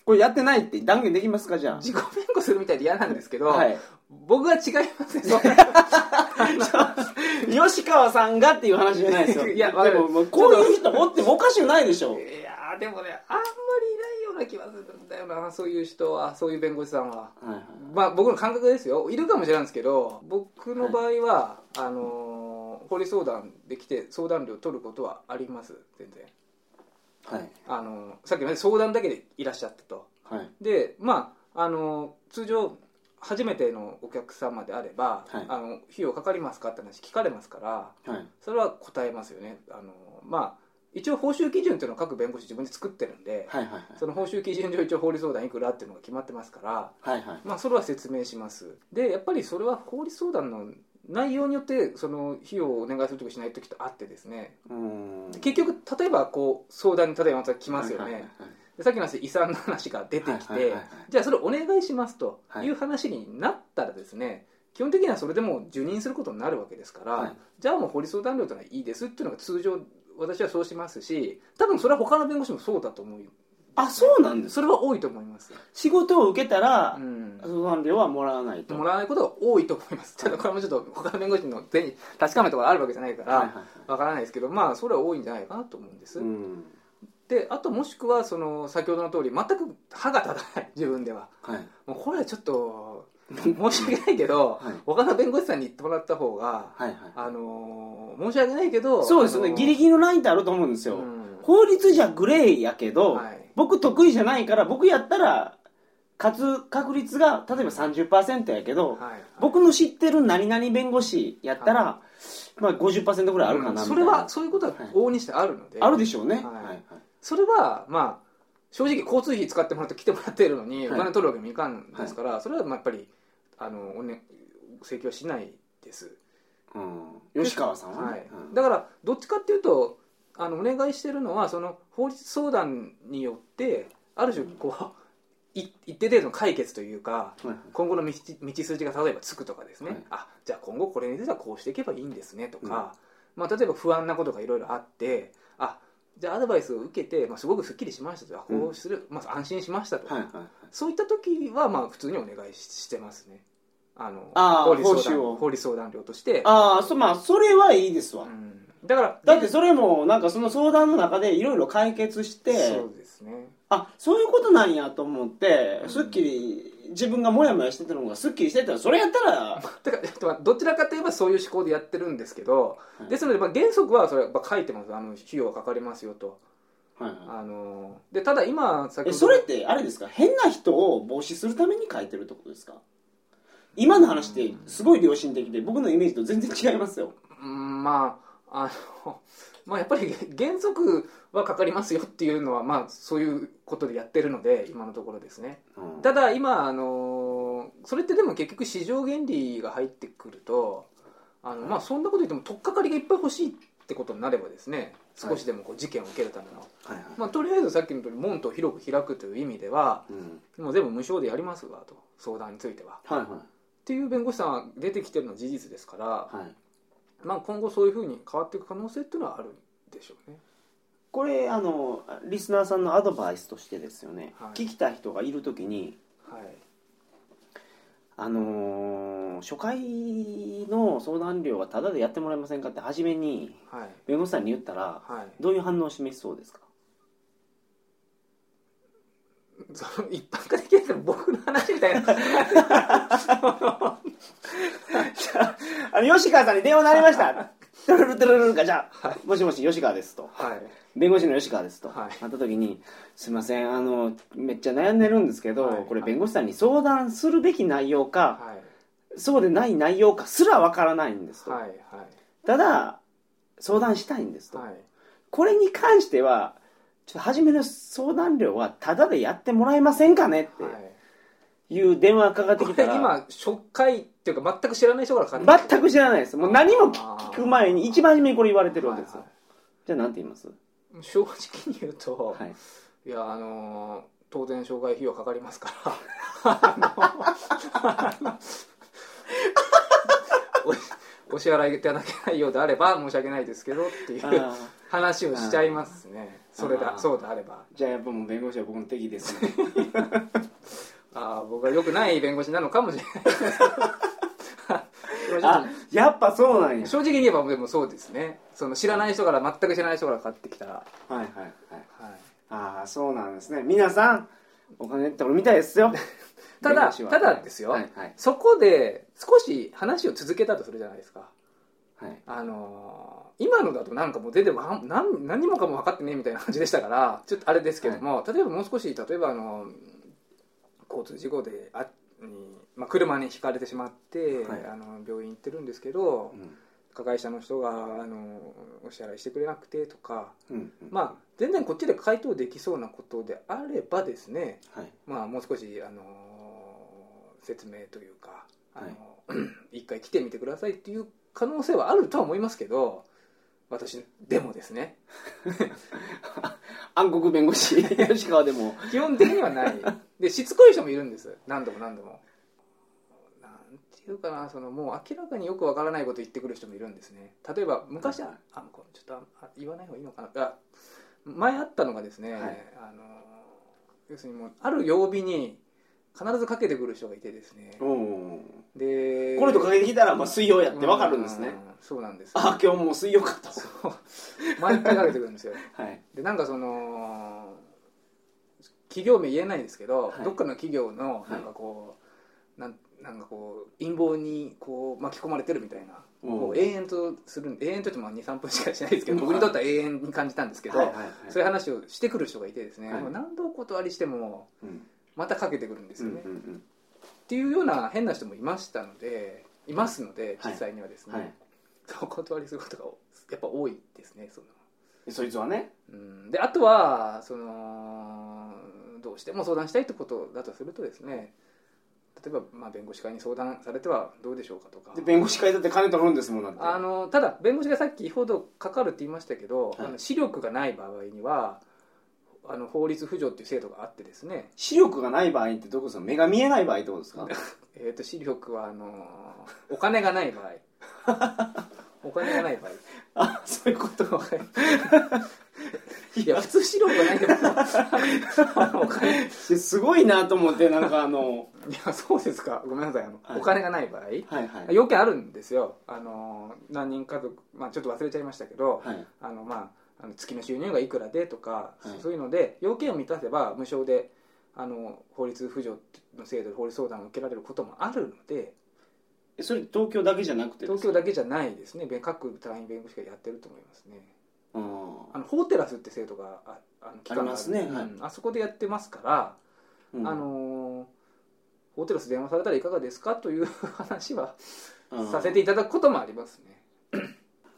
Speaker 3: これやってないって断言できますかじゃ
Speaker 2: 自己弁護するみたいで嫌なんですけど、
Speaker 3: あはい
Speaker 2: 僕は違いますねそんな
Speaker 3: 吉川さんがっていう話じゃないですよ
Speaker 2: いやわか
Speaker 3: で
Speaker 2: る
Speaker 3: ももうこういう人おってもおかしくないでしょ
Speaker 2: いやーでもねあんまりいないような気がするんだよなそういう人はそういう弁護士さんは。
Speaker 3: はいはい
Speaker 2: まあ、僕の感覚ですよいるかもしれないんですけど僕の場合は、あのー法律相談できて相談料取ることはあります全然
Speaker 3: はい
Speaker 2: あのーさっきまで相談だけでいらっしゃったと
Speaker 3: はい
Speaker 2: でまああのー通常初めてのお客様であれば、
Speaker 3: はい
Speaker 2: あの費用かかりますかって話聞かれますから
Speaker 3: はい
Speaker 2: それは答えますよねあのーまあ一応報酬基準っていうのを各弁護士自分で作ってるんで、
Speaker 3: はいはいはい
Speaker 2: その報酬基準上一応法律相談いくらっていうのが決まってますから
Speaker 3: はいはい
Speaker 2: まあ、それは説明しますでやっぱりそれは法律相談の内容によってその費用をお願いするときしないときとあってですね
Speaker 3: うーん
Speaker 2: 結局例えばこう相談に例えばまた来ますよね、
Speaker 3: はいはいはい
Speaker 2: でさっきの話遺産の話が出てきて、
Speaker 3: はいはいはいはい
Speaker 2: じゃあそれお願いしますと
Speaker 3: はい
Speaker 2: いう話になったらですね、基本的にはそれでもう受任することになるわけですから、
Speaker 3: はい
Speaker 2: じゃあもう法律相談料というのはいいですっていうのが通常私はそうしますし多分それは他の弁護士もそうだと思うよ
Speaker 3: あそうなんです
Speaker 2: それは多いと思います、
Speaker 3: 仕事を受けたら
Speaker 2: うん
Speaker 3: 相談料はもらわないと
Speaker 2: もらわないことが多いと思います、ただこれもちょっと他の弁護士の手に確かめたことがあるわけじゃないか
Speaker 3: はいはい
Speaker 2: ら
Speaker 3: はい
Speaker 2: わからないですけど、まあ、それは多いんじゃないかなと思うんです、
Speaker 3: うん
Speaker 2: であともしくはその先ほどの通り全く歯が立たない自分では
Speaker 3: はい
Speaker 2: もうこれはちょっと申し訳ないけど、
Speaker 3: はい
Speaker 2: 他の弁護士さんに言ってもらった方が、
Speaker 3: はいはい
Speaker 2: あのー申し訳ないけど
Speaker 3: そうですねギリ
Speaker 2: ギ
Speaker 3: ギリのラインってあると思うんですよ法律じゃグレーやけど
Speaker 2: はい
Speaker 3: 僕得意じゃないから僕やったら勝つ確率が例えば30%やけど
Speaker 2: はい、
Speaker 3: 僕の知ってる何々弁護士やったらまあ50%ぐらいあるかなみたいな
Speaker 2: うんそれはそういうことは往々にしてあるので、
Speaker 3: あるでしょうね
Speaker 2: は
Speaker 3: はいいはい
Speaker 2: それはまあ正直交通費使ってもらって来てもらってるのに
Speaker 3: は
Speaker 2: お
Speaker 3: い
Speaker 2: 金取るわけにもいかんですから、それはまあやっぱりあのお、ね、請求はしないです、
Speaker 3: うん吉川さんは
Speaker 2: は
Speaker 3: ね
Speaker 2: い
Speaker 3: うん
Speaker 2: だからどっちかっていうとあのお願いしてるのはその法律相談によってある種こう、い一定程度の解決というか
Speaker 3: はい
Speaker 2: 今後の道道筋が例えばつくとかですね、
Speaker 3: はい
Speaker 2: あじゃあ今後これについてはこうしていけばいいんですねとか、まあ、例えば不安なことがいろいろあってあじゃあアドバイスを受けて、まあ、すごくすっきりしましたとあこうする、まあ、安心しましたと、
Speaker 3: はいはいはい
Speaker 2: そういった時はまあ普通にお願いししてますねあの
Speaker 3: あー
Speaker 2: 法律相
Speaker 3: 報酬
Speaker 2: 談
Speaker 3: を
Speaker 2: 法律相談料として
Speaker 3: ああそまあそれはいいですわ
Speaker 2: うんだから
Speaker 3: だってそれもなんかその相談の中でいろいろ解決して
Speaker 2: そうですね
Speaker 3: あそういうことなんやと思って
Speaker 2: うん
Speaker 3: すっきり自分がモヤモヤしてたのがすっきりしてたらそれやった
Speaker 2: だ
Speaker 3: ら
Speaker 2: からえっとまあどちらかといえばそういう思考でやってるんですけど、
Speaker 3: は い
Speaker 2: ですのでまあ原則はそれはまあ書いてますあの費用がかかりますよと
Speaker 3: はいはい
Speaker 2: あのでただ今先ほ
Speaker 3: え
Speaker 2: ど
Speaker 3: それってあれですか変な人を防止するために書いてるってことですか今の話ってすごい良心的で僕のイメージと全然違いますよ
Speaker 2: うんまああの、 まあ、やっぱり原則はかかりますよっていうのは、まあ、そういうことでやってるので今のところですねただ今あのそれってでも結局市場原理が入ってくるとあの、まあ、そんなこと言っても取っかかりがいっぱい欲しいってことになればですね少しでもこう事件を受けるための、
Speaker 3: はいはい
Speaker 2: まあ、とりあえずさっきの通り門と広く開くという意味では
Speaker 3: うん
Speaker 2: もう全部無償でやりますわと相談については。
Speaker 3: はいは
Speaker 2: っていう弁護士さんは出てきてるのは事実ですから、
Speaker 3: いはい
Speaker 2: まあ、今後そういうふうに変わっていく可能性っていうのはあるでしょうね。
Speaker 3: これあのリスナーさんのアドバイスとしてですよね、
Speaker 2: はい
Speaker 3: 聞きたい人がいるときに
Speaker 2: はい、
Speaker 3: あのー初回の相談料はタダでやってもらえませんかって初めに
Speaker 2: はい、
Speaker 3: 弁護士さんに言ったら
Speaker 2: はい、
Speaker 3: どういう反応を示しそうですか
Speaker 2: その一般化できないけど僕の話みた いな。
Speaker 3: あの吉川さんに電話鳴りましたトゥルルトゥルルルかじゃあ、
Speaker 2: は
Speaker 3: もしもし吉川ですと
Speaker 2: はい、
Speaker 3: 弁護士の吉川ですと、
Speaker 2: はい
Speaker 3: なった時に「すいませんあのめっちゃ悩んでるんですけど、
Speaker 2: はい
Speaker 3: これ弁護士さんに相談するべき内容か、
Speaker 2: はい、
Speaker 3: そうでない内容かすらわからないんですと、
Speaker 2: はいはい
Speaker 3: ただ相談したいんですと、
Speaker 2: はい
Speaker 3: これに関してはちょっと初めの相談料はタダでやってもらえませんかね
Speaker 2: は
Speaker 3: っ
Speaker 2: い
Speaker 3: ていう電話がかかって
Speaker 2: こ
Speaker 3: き
Speaker 2: れ
Speaker 3: たら
Speaker 2: 今初回っていうか全く知らない人からかかって
Speaker 3: 全く知らないですもう何も
Speaker 2: あー
Speaker 3: 聞く前に一番初めにこれ言われてるわけですよ、
Speaker 2: はい
Speaker 3: じゃあ何て言います、
Speaker 2: はい正直に言うと、
Speaker 3: はい、
Speaker 2: いやあのー当然障害費はかかりますからあのあの おお支払いいただけないようであれば申し訳ないですけどってい
Speaker 3: あ
Speaker 2: う
Speaker 3: ー
Speaker 2: 話をしちゃいますねそれ
Speaker 3: あ
Speaker 2: だ
Speaker 3: ー
Speaker 2: そうであれば
Speaker 3: じゃあやっぱもう弁護士は僕の敵ですね
Speaker 2: ああ僕は良くない弁護士なのかもしれない
Speaker 3: あやっぱそうなん
Speaker 2: でも
Speaker 3: や
Speaker 2: 正直正直に言えばでもそうですねその知らない人から全く知らない人から買ってきたら、は
Speaker 3: はいはいはい
Speaker 2: い、
Speaker 3: ああそうなんですね皆さんお金って俺みたいです よ
Speaker 2: ただ
Speaker 3: 弁護士は
Speaker 2: ただですよ
Speaker 3: はいはい
Speaker 2: そこで少し話を続けたとするじゃないですか
Speaker 3: はい
Speaker 2: あのー今のだとなんかもう全然わなん何もかも分かってねえみたいな感じでしたから ちょっとあれですけども、例えばもう少し例えばあの交通事故であに、まあ、車にひかれてしまって、
Speaker 3: はい
Speaker 2: あの病院行ってるんですけど
Speaker 3: うん
Speaker 2: 加害者の人があのお支払いしてくれなくてとか、
Speaker 3: うんうん
Speaker 2: まあ、全然こっちで回答できそうなことであればですね、
Speaker 3: はい
Speaker 2: まあ、もう少し、あのー説明というか、あのー 一回来てみてくださいっていう可能性はあるとは思いますけど私でもですね
Speaker 3: 暗黒弁護士吉川でも
Speaker 2: 基本的にはないでしつこい人もいるんです何度も何度もなんていうかなそのもう明らかによくわからないこと言ってくる人もいるんですね例えば昔は、
Speaker 3: はい
Speaker 2: あこれちょっとあ言わない方がいいのかなあ前あったのがですね、
Speaker 3: はい
Speaker 2: あの要するにもうある曜日に必ずかけてくる人がいてですね
Speaker 3: うん
Speaker 2: で
Speaker 3: この人かけてきたらまあ水曜やってわかるんですね
Speaker 2: うそうなんです
Speaker 3: ああ今日もう水曜かと
Speaker 2: そう毎回かけてくるんですよ
Speaker 3: はい
Speaker 2: でなんかその企業名言えないんですけど、
Speaker 3: はい
Speaker 2: どっかの企業の
Speaker 3: い
Speaker 2: なんかこう、なんなんかこう陰謀にこう巻き込まれてるみたいな、
Speaker 3: うん
Speaker 2: こう永遠とするん永遠と言っても23分しかしないですけど、
Speaker 3: うん
Speaker 2: 僕にとっては永遠に感じたんですけど、
Speaker 3: はいはいはい
Speaker 2: そういう話をしてくる人がいてですね、
Speaker 3: はい
Speaker 2: もう何度お断りしても
Speaker 3: うん
Speaker 2: またかけてくるんです
Speaker 3: う
Speaker 2: よ
Speaker 3: ん
Speaker 2: ね、
Speaker 3: う
Speaker 2: っ
Speaker 3: ん
Speaker 2: ていうような変な人もいましたのでいますので
Speaker 3: はい
Speaker 2: 実際にはです
Speaker 3: う
Speaker 2: ね、
Speaker 3: んはい
Speaker 2: お断りすることがやっぱ多いですねその
Speaker 3: そいつはね
Speaker 2: うんであとはそのどうしても相談したいってことだとするとですね例えば、まあ、弁護士会に相談されてはどうでしょうかとか
Speaker 3: で弁護士会だって金取るんですもんだって
Speaker 2: あのただ弁護士がさっきほどかかるって言いましたけど、
Speaker 3: はい
Speaker 2: あの視力がない場合にはあの法律扶助っていう制度があってですね、
Speaker 3: 視力がない場合ってどういうことですか目が見えない場合ってことですか
Speaker 2: えー、と視力はあのお金がない場 合お金がない場合
Speaker 3: あそういうこと は
Speaker 2: いや普通視力がないでもあ のお金
Speaker 3: すごいなと思ってなんかあの
Speaker 2: いやそうですかごめんなさいあの、
Speaker 3: はい
Speaker 2: お金がない場合、
Speaker 3: はいはい
Speaker 2: 要件あるんですよあの何人家族、まあ、ちょっと忘れちゃいましたけど、
Speaker 3: はい
Speaker 2: あのまあ、あの月の収入がいくらでとか、
Speaker 3: はい
Speaker 2: そういうので要件を満たせば無償であの法律扶助の制度で法律相談を受けられることもあるので
Speaker 3: えそれ東京だけじゃなくて
Speaker 2: 東
Speaker 3: 京
Speaker 2: 京だけじゃないですねべ各単位弁護士がやってると思いますね
Speaker 3: あ
Speaker 2: あの法テラスって制度がああの機関が
Speaker 3: ありますね
Speaker 2: うん
Speaker 3: はい
Speaker 2: あそこでやってますから、あのー法テラス電話されたらいかがですかという 話はさせていただくこともありますね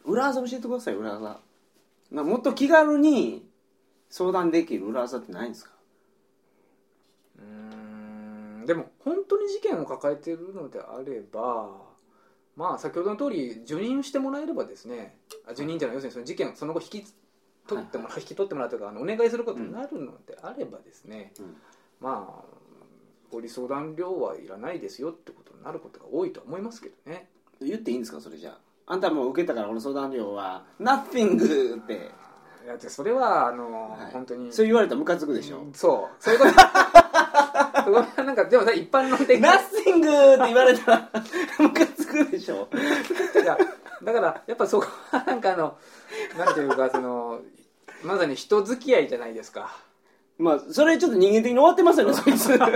Speaker 3: 裏技教えてください裏技なもっと気軽に相談できる裏技ってないんですか
Speaker 2: うーんでも本当に事件を抱えているのであればまあ先ほどの通り受任してもらえればですねあ受任というのは要するにその事件をその後引き取ってもらう、引き取ってもらうというかあのお願いすることになるのであればですね、
Speaker 3: うん
Speaker 2: まあご理相談料はいらないですよってことになることが多いとは思いますけどね
Speaker 3: 言っていいんですかそれじゃああんたもう受けたから俺相談料は「ナッ i ングって
Speaker 2: いやでそれはあの、
Speaker 3: はい
Speaker 2: 本当に
Speaker 3: そう言われたらムカつくでしょ
Speaker 2: そうそういうこと そこはなんかでもさ一般論
Speaker 3: 「
Speaker 2: 的な
Speaker 3: ナッ i ングって言われたら ムカつくでしょ
Speaker 2: いやだからやっぱそこはなんかあのなんていうかそのまさに人付き合いじゃないですか、
Speaker 3: まあそれちょっと人間的に終わってますよねそいつ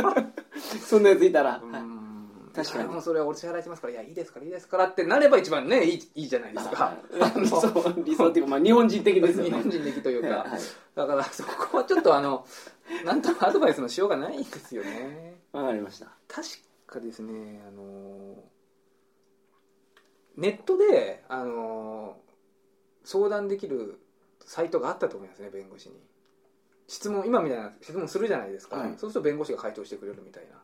Speaker 3: そんなやついたら、
Speaker 2: う
Speaker 3: はい
Speaker 2: ん
Speaker 3: 確かに
Speaker 2: もうそれはお支払いしますからいやいいですからいいですからってなれば一番ねいいいいじゃないですか
Speaker 3: 理 想理想っていうか、まあ、日本人的ですよ
Speaker 2: 日
Speaker 3: ね
Speaker 2: 本人的というか、
Speaker 3: はい
Speaker 2: だからそこはちょっとあのなんともアドバイスのしようがないんですよね
Speaker 3: わかりました
Speaker 2: 確かですねあのネットで、あのー相談できるサイトがあったと思いますね弁護士に質問今みたいな質問するじゃないですか、
Speaker 3: はい
Speaker 2: そうすると弁護士が回答してくれるみたいな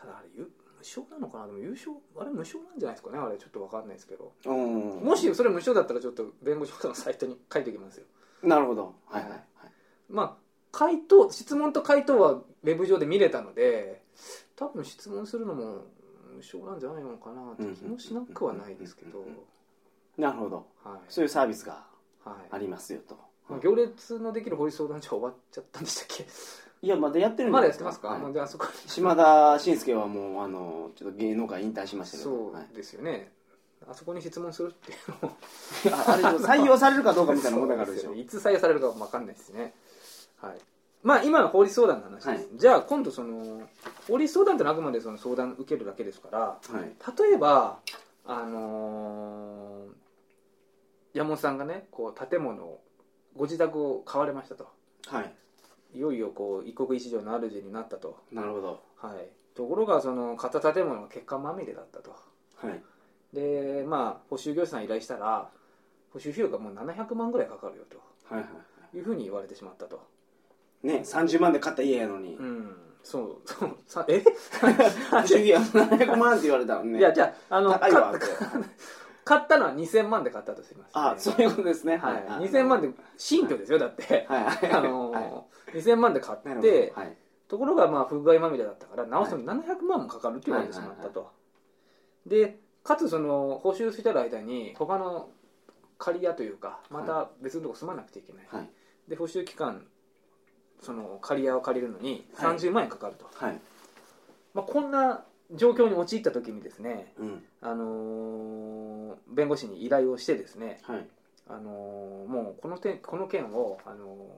Speaker 2: ただあれゆ無償なのかなでも優勝あれ無償なんじゃないですかねあれちょっと分かんないですけど
Speaker 3: うん
Speaker 2: もしそれ無償だったらちょっと弁護士のサイトに書いておきますよ
Speaker 3: なるほどはいはいはい
Speaker 2: まあ回答質問と回答はウェブ上で見れたので多分質問するのも無償なんじゃないのかなって気もしなくはないですけど
Speaker 3: うんうんうんなるほど
Speaker 2: はい
Speaker 3: そういうサービスが
Speaker 2: はい
Speaker 3: ありますよと、
Speaker 2: まあ行列のできる法律相談所は終わっちゃったんでしたっけ
Speaker 3: いやまだやってるん
Speaker 2: まだ
Speaker 3: で
Speaker 2: やってますか、
Speaker 3: はい
Speaker 2: もうじゃああそこ
Speaker 3: 島田紳介はもうあのちょっと芸能界引退しましたけど、
Speaker 2: そ
Speaker 3: はい、
Speaker 2: うですよね、あそこに質問するっていうのも
Speaker 3: ああれ採用されるかどうかみたいな問題があるでし
Speaker 2: そ
Speaker 3: ょ
Speaker 2: うすよねいつ採用されるかも分かんないですねはいまあ今の法律相談の話です、
Speaker 3: はい
Speaker 2: じゃあ今度その法律相談ってのはあくまでその相談受けるだけですから
Speaker 3: はい
Speaker 2: 例えばあのー山本さんがねこう建物をご自宅を買われましたと
Speaker 3: はい
Speaker 2: いよいよこう一国一城の主になったと
Speaker 3: なるほど
Speaker 2: はい、ところがその買った建物が欠陥まみれだったと
Speaker 3: はい
Speaker 2: でまあ補修業者さん依頼したら補修費用がもう700万ぐらいかかるよ
Speaker 3: はいは
Speaker 2: というふうに言われてしまったと
Speaker 3: いね30万で買った家やの に
Speaker 2: うんそうそうさ え、
Speaker 3: 主義は700万って言われたのね
Speaker 2: いやじゃああの
Speaker 3: 高いわって
Speaker 2: か 買ったのは2000万で買ったとします、
Speaker 3: あそういうことですね
Speaker 2: はい、2000万で新居ですよだって、
Speaker 3: はいはい
Speaker 2: あの
Speaker 3: は
Speaker 2: 2000万で買
Speaker 3: いな
Speaker 2: っ
Speaker 3: る
Speaker 2: て、
Speaker 3: ほどはい
Speaker 2: ところがまあ不具合まみれだったから直すのに700万もかかるって言われてしまったと、でかつその補修してる間に他の借り屋というかまた別のとこ住まなくちゃいけない、
Speaker 3: はい
Speaker 2: で補修期間その借り屋を借りるのに
Speaker 3: はい
Speaker 2: 30万円かかると、
Speaker 3: はい
Speaker 2: まあ、こんな状況に陥った時にですね、
Speaker 3: うん
Speaker 2: あのー弁護士に依頼をしてですね、
Speaker 3: はい
Speaker 2: あのーもうこのてこの件を、あのーも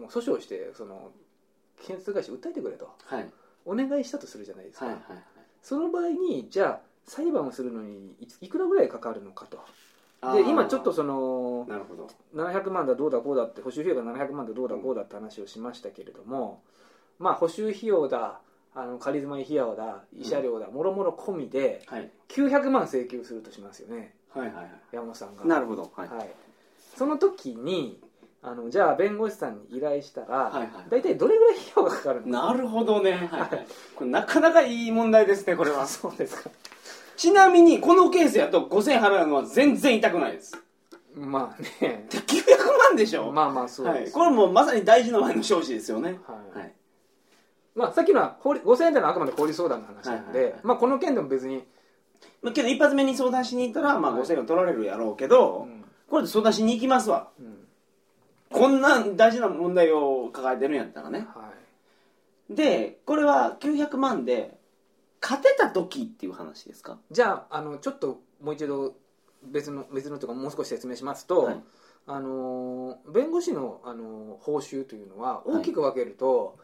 Speaker 2: う訴訟してその建設会社訴えてくれと
Speaker 3: はいはい
Speaker 2: お願いしたとするじゃないですか、
Speaker 3: はい
Speaker 2: その場合にじゃあ裁判をするのにいついくらぐらいかかるのかと
Speaker 3: あ
Speaker 2: で
Speaker 3: ー
Speaker 2: 今ちょっとその
Speaker 3: なるほど
Speaker 2: 700万だどうだこうだって補修費用が700万だどうだこうだって話をしましたけれども、まあ補修費用だあの仮住まい費用だ慰謝料だもろもろ込みで
Speaker 3: はい
Speaker 2: 900万請求するとしますよね
Speaker 3: はいはいはい
Speaker 2: 山本さんが
Speaker 3: なるほどはい
Speaker 2: はい、その時にあのじゃあ弁護士さんに依頼したら、
Speaker 3: はいはい
Speaker 2: 大体どれぐらい費用がかかるの
Speaker 3: なるほどね、はいはい、これなかなかいい問題ですねこれは
Speaker 2: そうですか
Speaker 3: ちなみにこのケースやと5000払うのは全然痛くないです
Speaker 2: まあね
Speaker 3: で900万でしょ、
Speaker 2: まあまあそう
Speaker 3: は
Speaker 2: で
Speaker 3: い、
Speaker 2: す、
Speaker 3: これもうまさに大事の前の消費ですよね
Speaker 2: はい
Speaker 3: はい
Speaker 2: まあ、さっきのは法律5000円ってのはあくまで法律相談の話なので、
Speaker 3: はいはいはい
Speaker 2: まあ、この件でも別に、
Speaker 3: まあ、けど一発目に相談しに行ったら、まあ、5000円取られるやろうけど、
Speaker 2: ん
Speaker 3: これで相談しに行きますわ
Speaker 2: うん
Speaker 3: こんな大事な問題を抱えてるんやったらね
Speaker 2: は
Speaker 3: でこれは900万で勝てた時っていう話ですか
Speaker 2: い、じゃああのちょっともう一度別の別のというかもう少し説明しますと、
Speaker 3: はい
Speaker 2: あのー弁護士の、あのー報酬というのは大きく分けると、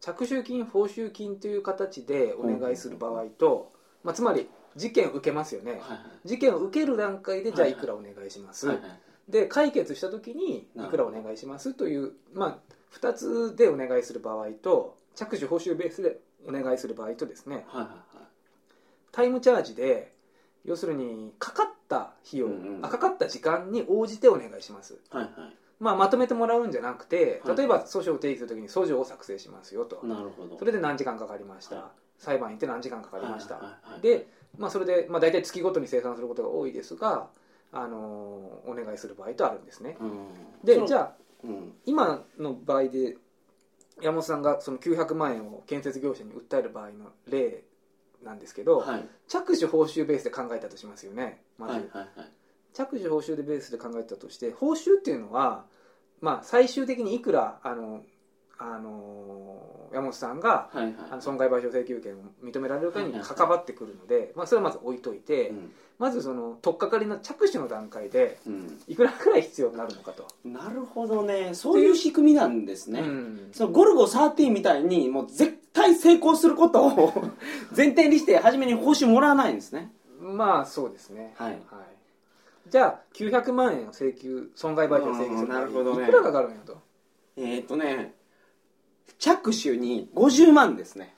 Speaker 2: 着手金報酬金という形でお願いする場合と、まあ、つまり事件を受けますよね、
Speaker 3: は
Speaker 2: 事件を受ける段階でじゃあ
Speaker 3: はい
Speaker 2: い
Speaker 3: はい
Speaker 2: くらお願いします、
Speaker 3: はいはい
Speaker 2: で解決した時にいくらお願いしますという、まあ、2つでお願いする場合と着手報酬ベースでお願いする場合とですね
Speaker 3: はいはい
Speaker 2: タイムチャージで要するにかかった費用、
Speaker 3: うんうん
Speaker 2: あかかった時間に応じてお願いします、
Speaker 3: はいはい
Speaker 2: まあ、まとめてもらうんじゃなくて
Speaker 3: はい
Speaker 2: 例えば訴訟を提起する時に訴状を作成しますよと、
Speaker 3: なるほど
Speaker 2: それで何時間かかりました、
Speaker 3: は
Speaker 2: 裁判行って何時間かかりました、
Speaker 3: はいはいはい
Speaker 2: で、まあ、それで、まあ、大体月ごとに生産することが多いですが、あのーお願いする場合とあるんですね
Speaker 3: うん
Speaker 2: で
Speaker 3: その
Speaker 2: じゃあ
Speaker 3: うん
Speaker 2: 今の場合で山本さんがその900万円を建設業者に訴える場合の例なんですけど、
Speaker 3: はい
Speaker 2: 着手報酬ベースで考えたとしますよねまず、
Speaker 3: はいはいはい
Speaker 2: 着手報酬でベースで考えたとして報酬っていうのは、まあ、最終的にいくらあの、あの山本さんが
Speaker 3: はいはい
Speaker 2: あの損害賠償請求権を認められるかに
Speaker 3: はいはいはい
Speaker 2: 関わってくるので、まあ、それはまず置いといて、
Speaker 3: うん
Speaker 2: まずその取っかかりの着手の段階で
Speaker 3: うん
Speaker 2: いくらくらい必要になるのかと。
Speaker 3: なるほどねそういう仕組みなんですね、
Speaker 2: うん
Speaker 3: そのゴルゴ13みたいにもう絶対成功することを 前提にして初めに報酬もらわないんですね
Speaker 2: まあそうですね
Speaker 3: はい
Speaker 2: じゃあ900万円を請求損害賠償請求する
Speaker 3: うんなるほどね
Speaker 2: いくらかかるんやと
Speaker 3: えーっ、とね着手に50万ですね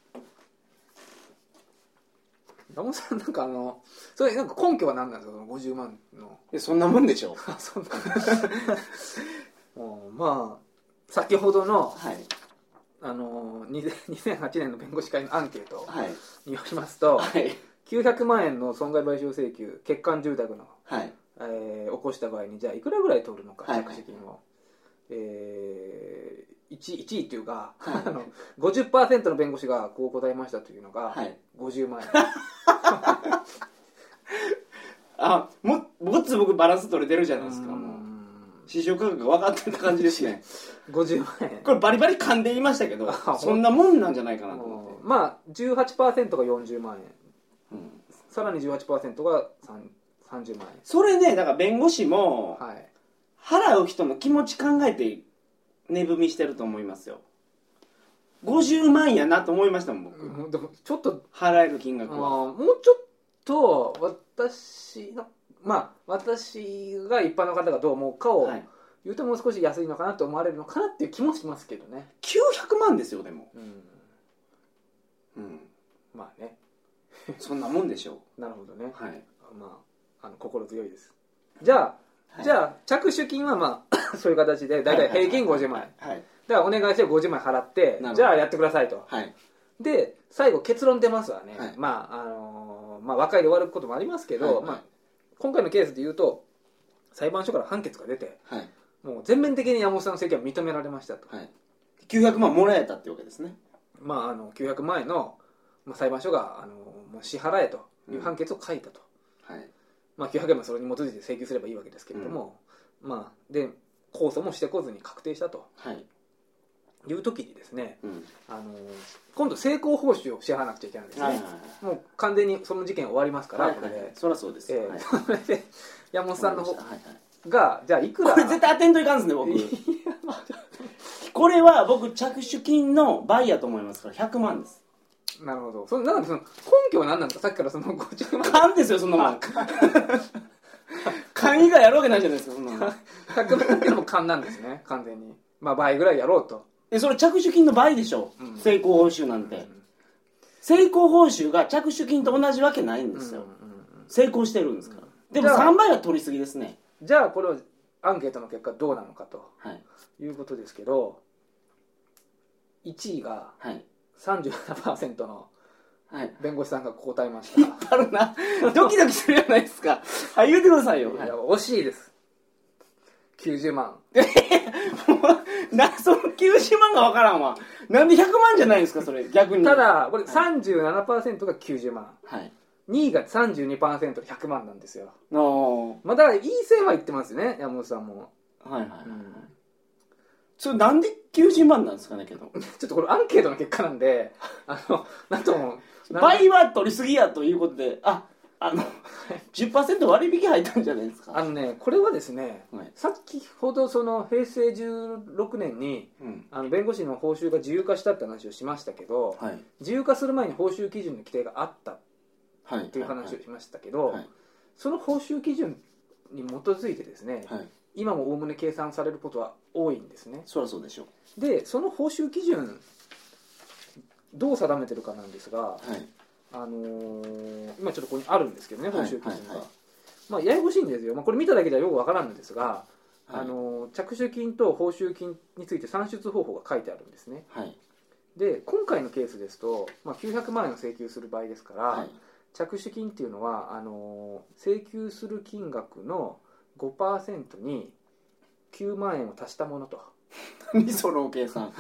Speaker 2: ラモンさんなんかあのそれなんか根拠は何なんですかその50万の
Speaker 3: いやそんなもんでしょ
Speaker 2: あそんな もうまあ先ほどの、
Speaker 3: はい
Speaker 2: あのー、2008年の弁護士会のアンケート
Speaker 3: はい
Speaker 2: によりますと
Speaker 3: はい
Speaker 2: 900万円の損害賠償請求欠陥住宅の、
Speaker 3: はい
Speaker 2: えー起こした場合にじゃあいくらぐらい取るのか
Speaker 3: はい
Speaker 2: 着手金を、えー、1, 1位っていうか、
Speaker 3: はい
Speaker 2: あの50%の弁護士がこう答えましたというのが
Speaker 3: はい
Speaker 2: 50万円、
Speaker 3: あもごっつ僕バランス取れてるじゃないですか
Speaker 2: う
Speaker 3: もうん市場価格が分かってた感じで すね
Speaker 2: 50万円
Speaker 3: これバリバリ噛んで言いましたけど
Speaker 2: あほん
Speaker 3: そんなもんなんじゃないかなと思って、
Speaker 2: まあ18%が40万円
Speaker 3: うん
Speaker 2: さらに18%が30万
Speaker 3: それねだから弁護士も
Speaker 2: 円はい
Speaker 3: 払う人の気持ち考えて値踏みしてると思いますよ50万やなと思いましたもん僕
Speaker 2: うんでもちょっと
Speaker 3: 払える金
Speaker 2: あ
Speaker 3: 額は
Speaker 2: ーもうちょっと私のまあ私が一般の方がどう思うかを、
Speaker 3: はい
Speaker 2: 言うともう少し安いのかなと思われるのかなっていう気もしますけどね、
Speaker 3: 900万ですよでも、
Speaker 2: うん、
Speaker 3: うん、
Speaker 2: まあね
Speaker 3: そんなもんでしょ
Speaker 2: なるほどね
Speaker 3: う、はい、
Speaker 2: まああの心強いですじゃあ、
Speaker 3: はい
Speaker 2: じゃあ着手金はまあ そういう形で大体平均50万円
Speaker 3: はい
Speaker 2: だからお願いして50万円払って
Speaker 3: なるほど
Speaker 2: じゃあやってくださいと
Speaker 3: はい
Speaker 2: で最後結論出ますわね、
Speaker 3: はい
Speaker 2: まああのーまあ和解で終わることもありますけど、
Speaker 3: はいはい
Speaker 2: まあ、今回のケースで言うと裁判所から判決が出て
Speaker 3: はい
Speaker 2: もう全面的に山本さんの責任は認められましたと、
Speaker 3: はい900万もらえたってわけですね
Speaker 2: まあ、あの900万円のまあ裁判所があのもう支払えという判決を書いたと、
Speaker 3: はい
Speaker 2: まあ、900万円はそれに基づいて請求すればいいわけですけれども、まあ、で控訴もしてこずに確定したと
Speaker 3: はい、
Speaker 2: いう時にですね
Speaker 3: うん
Speaker 2: あの今度成功報酬を支払わなくちゃいけないんですね、
Speaker 3: はいはいはい
Speaker 2: もう完全にその事件終わりますから、
Speaker 3: はい
Speaker 2: これで、
Speaker 3: そりゃそうです
Speaker 2: え
Speaker 3: よ
Speaker 2: ー
Speaker 3: はい
Speaker 2: それで 山本さんの方
Speaker 3: はいはい
Speaker 2: がじゃあいくら
Speaker 3: これ絶対当てんといかんですね僕
Speaker 2: いや
Speaker 3: これは僕着手金の倍やと思いますから100万です
Speaker 2: なるほどそのなんかその根拠は何なんですかさっきからその50万
Speaker 3: 勘ですよそんなもん勘以外やるわけないじゃないですかそんなもん
Speaker 2: 100万円っていうのも勘なんです ね完全に、まあ、倍ぐらいやろうと。
Speaker 3: えそれ着手金の倍でしょ、
Speaker 2: うん
Speaker 3: 成功報酬なんて、成功報酬が着手金と同じわけないんですよ、
Speaker 2: うんうんうん
Speaker 3: 成功してるんですから、でも
Speaker 2: じゃあ
Speaker 3: 3倍は取りすぎですね
Speaker 2: じゃあこれをアンケートの結果どうなのかと
Speaker 3: はい
Speaker 2: いうことですけど1位が
Speaker 3: はい
Speaker 2: 37%の
Speaker 3: はい
Speaker 2: 弁護士さんが答えま した
Speaker 3: あ るなドキドキするじゃないですかはい言うてくださいよ、
Speaker 2: いや惜しいです90万
Speaker 3: なその90万が分からんわなんで100万じゃないんですかそれ逆に
Speaker 2: ただこれ37%が90万
Speaker 3: はい
Speaker 2: 2位が32%で100万なんですよ
Speaker 3: の
Speaker 2: まあだからいい線は言ってますよね山本さんも、
Speaker 3: はいはい、は
Speaker 2: う
Speaker 3: い
Speaker 2: ん
Speaker 3: それなんで90万なんですかねけど
Speaker 2: ちょっとこれアンケートの結果なんであのなんともなん
Speaker 3: 倍は取りすぎやということでああの10%割引入ったんじゃないですか
Speaker 2: あのねこれはですね、
Speaker 3: はい
Speaker 2: さっきほどその平成16年に
Speaker 3: うん
Speaker 2: あの弁護士の報酬が自由化したって話をしましたけど、
Speaker 3: はい
Speaker 2: 自由化する前に報酬基準の規定があったっ
Speaker 3: はい
Speaker 2: ていう話をしましたけど、
Speaker 3: はい
Speaker 2: その報酬基準に基づいてですね、
Speaker 3: はい
Speaker 2: 今もおおむね計算されることは多いんですね
Speaker 3: そりゃそうでしょ
Speaker 2: でその報酬基準どう定めてるかなんですが、
Speaker 3: うはい
Speaker 2: あのー今ちょっとここにあるんですけどね報酬基準が、
Speaker 3: はいはいはい
Speaker 2: まあ、ややこしいんですよ、まあ、これ見ただけじゃよくわからんのですが、
Speaker 3: はい
Speaker 2: あのー着手金と報酬金について算出方法が書いてあるんですね
Speaker 3: はい
Speaker 2: で今回のケースですと、まあ、900万円を請求する場合ですから、
Speaker 3: はい
Speaker 2: 着手金っていうのはあのー請求する金額の5%に9万円を足したものと
Speaker 3: 何その 計算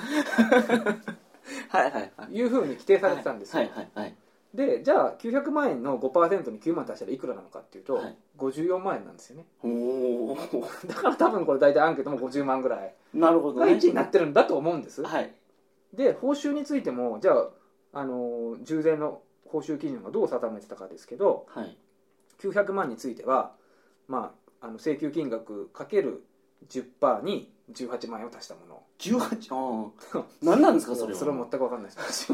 Speaker 3: はいはいはい
Speaker 2: いうふうに規定されてたんですよ、
Speaker 3: はいはいはい
Speaker 2: でじゃあ900万円の5%に9万足したらいくらなのかっていうと、
Speaker 3: はい
Speaker 2: 54万円なんですよね
Speaker 3: おおー
Speaker 2: だから多分これ大体アンケートも50万ぐらい
Speaker 3: なるほど
Speaker 2: が
Speaker 3: ね
Speaker 2: 1になってるんだと思うんです
Speaker 3: はい
Speaker 2: で報酬についてもじゃあ、あのー従前の報酬基準がどう定めてたかですけど、
Speaker 3: はい
Speaker 2: 900万については、まあ、あの請求金額かける10%に18万円を足したもの
Speaker 3: 18ああ 何なんですかそれは
Speaker 2: それは全く分かんない です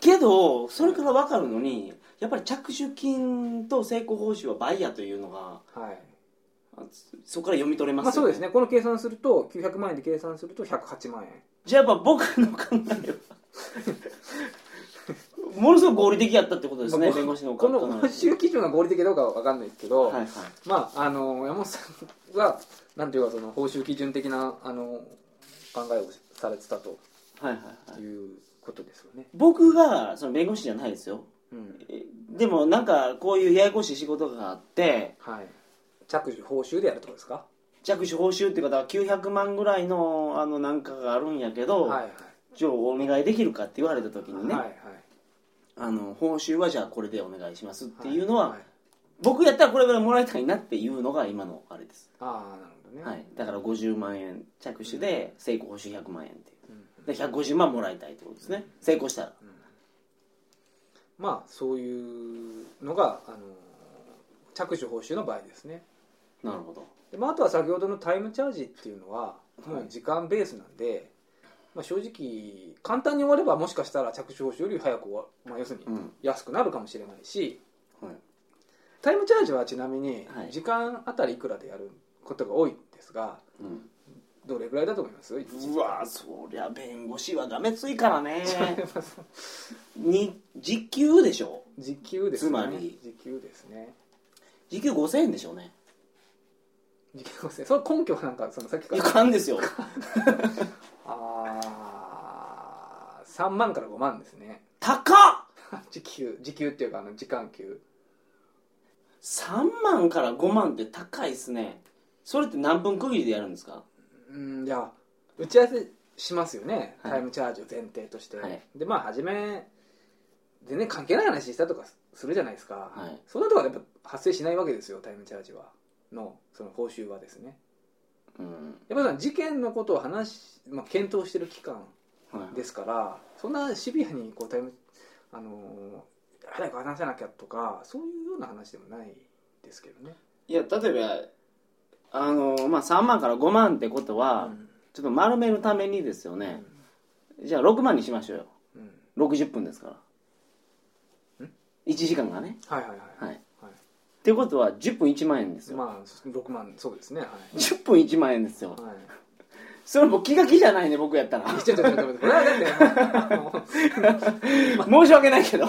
Speaker 3: けどそれから分かるのにやっぱり着手金と成功報酬は倍やというのが
Speaker 2: はい、
Speaker 3: あそこから読み取れます
Speaker 2: まあ、そうですねこの計算すると900万円で計算すると108万円
Speaker 3: じゃあやっぱ僕の考え ものすごく合理的やったってことです
Speaker 2: ま
Speaker 3: ね
Speaker 2: あ
Speaker 3: 弁護士の
Speaker 2: こ
Speaker 3: 方
Speaker 2: の
Speaker 3: 々
Speaker 2: 募集基準が合理的かどうかは分かんないですけど、
Speaker 3: はいはい
Speaker 2: まああの山本さんはなんていうかその報酬基準的なあの考えをされてたと
Speaker 3: はいはいはい
Speaker 2: いうことですよね。
Speaker 3: 僕がその弁護士じゃないですよ
Speaker 2: うん、
Speaker 3: えでもなんかこういうややこしい仕事があって
Speaker 2: はい。着手報酬でやるとこですか。
Speaker 3: 着手報酬って方は900万ぐらいのあのなんかがあるんやけど、
Speaker 2: はいはい。
Speaker 3: じゃあお願いできるかって言われた時にね、
Speaker 2: はいはい。
Speaker 3: あの報酬はじゃあこれでお願いしますっていうのは、
Speaker 2: はい
Speaker 3: 僕やったらこれぐらいもらいたいなっていうのが今のあれです、
Speaker 2: ああなるほどね。
Speaker 3: はい、だから50万円着手で成功報酬100万円ってい
Speaker 2: うん
Speaker 3: うで150万もらいたいってことですね成功したら
Speaker 2: まあそういうのがあの着手報酬の場合ですね。
Speaker 3: なるほど
Speaker 2: でまあ、あとは先ほどのタイムチャージっていうのはも
Speaker 3: は
Speaker 2: う
Speaker 3: い
Speaker 2: 時間ベースなんで、まあ、正直簡単に終わればもしかしたら着手報酬より早く終わ、まあ、要するに
Speaker 3: うん
Speaker 2: 安くなるかもしれないし
Speaker 3: はい
Speaker 2: タイムチャージはちなみに
Speaker 3: はい
Speaker 2: 時間あたりいくらでやることが多いんですが
Speaker 3: う
Speaker 2: どれぐらいだと思います一時
Speaker 3: ん、うわそりゃ弁護士はがめついからね
Speaker 2: 間
Speaker 3: に時給でしょ
Speaker 2: 時給ですね
Speaker 3: つまり
Speaker 2: 時給ですね
Speaker 3: 時給5000円でしょうね
Speaker 2: 時給ですねその根拠はなんかそのさっき
Speaker 3: い
Speaker 2: か
Speaker 3: や
Speaker 2: ら
Speaker 3: 勘ですよ
Speaker 2: ああ3万から5万ですね
Speaker 3: 高っ
Speaker 2: 時給時給っていうかあの時間給
Speaker 3: 3万から5万って高いっすねそれって何分区切りでやるんですか
Speaker 2: うんじゃあ打ち合わせしますよね、
Speaker 3: はい
Speaker 2: タイムチャージを前提として、
Speaker 3: はい
Speaker 2: でまあ初め全然関係ない話したとかするじゃないですか、
Speaker 3: はい
Speaker 2: そんなとこはやっぱ発生しないわけですよタイムチャージはのその報酬はですね
Speaker 3: うん
Speaker 2: やっぱりその事件のことを話し、まあ、検討してる期間
Speaker 3: はい
Speaker 2: ですからそんなシビアにこうタイムあのー早く話さなきゃとかそういうような話でもないですけどね、
Speaker 3: いや例えばあの、まあ、3万から5万ってことは、
Speaker 2: うん
Speaker 3: ちょっと丸めるためにですよ
Speaker 2: う
Speaker 3: ね
Speaker 2: ん、
Speaker 3: じゃあ6万にしましょうよ
Speaker 2: うん
Speaker 3: 60分ですから
Speaker 2: ん
Speaker 3: 1時間がね
Speaker 2: はいはいはい
Speaker 3: はいっ
Speaker 2: はい
Speaker 3: ていうことは10分1万円ですよ、
Speaker 2: まあ6万そうですねはい
Speaker 3: 10分1万円ですよ
Speaker 2: はい
Speaker 3: それもう気が気じゃないね僕やったら
Speaker 2: ちょっと待って待ってこれはだっても
Speaker 3: 申し訳ないけど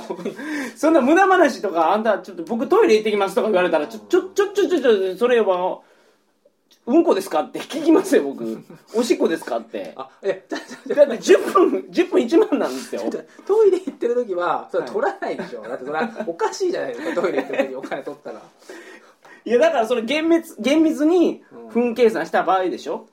Speaker 3: そんな無駄話とかあんたちょっと僕トイレ行ってきますとか言われたらちょちょちょちょちょちょそれはうんこですかって聞きます よ僕おしっこですかって
Speaker 2: うあいやちょちょちょ
Speaker 3: だって10分10分1万なんですよ
Speaker 2: ちょトイレ行ってる時はそれ
Speaker 3: はい
Speaker 2: 取らないでしょ、だってそれはおかしいじゃないですかトイレ行ってる時お金取ったら
Speaker 3: いやだからそれ厳密厳密に
Speaker 2: うん
Speaker 3: 分計算した場合でしょ、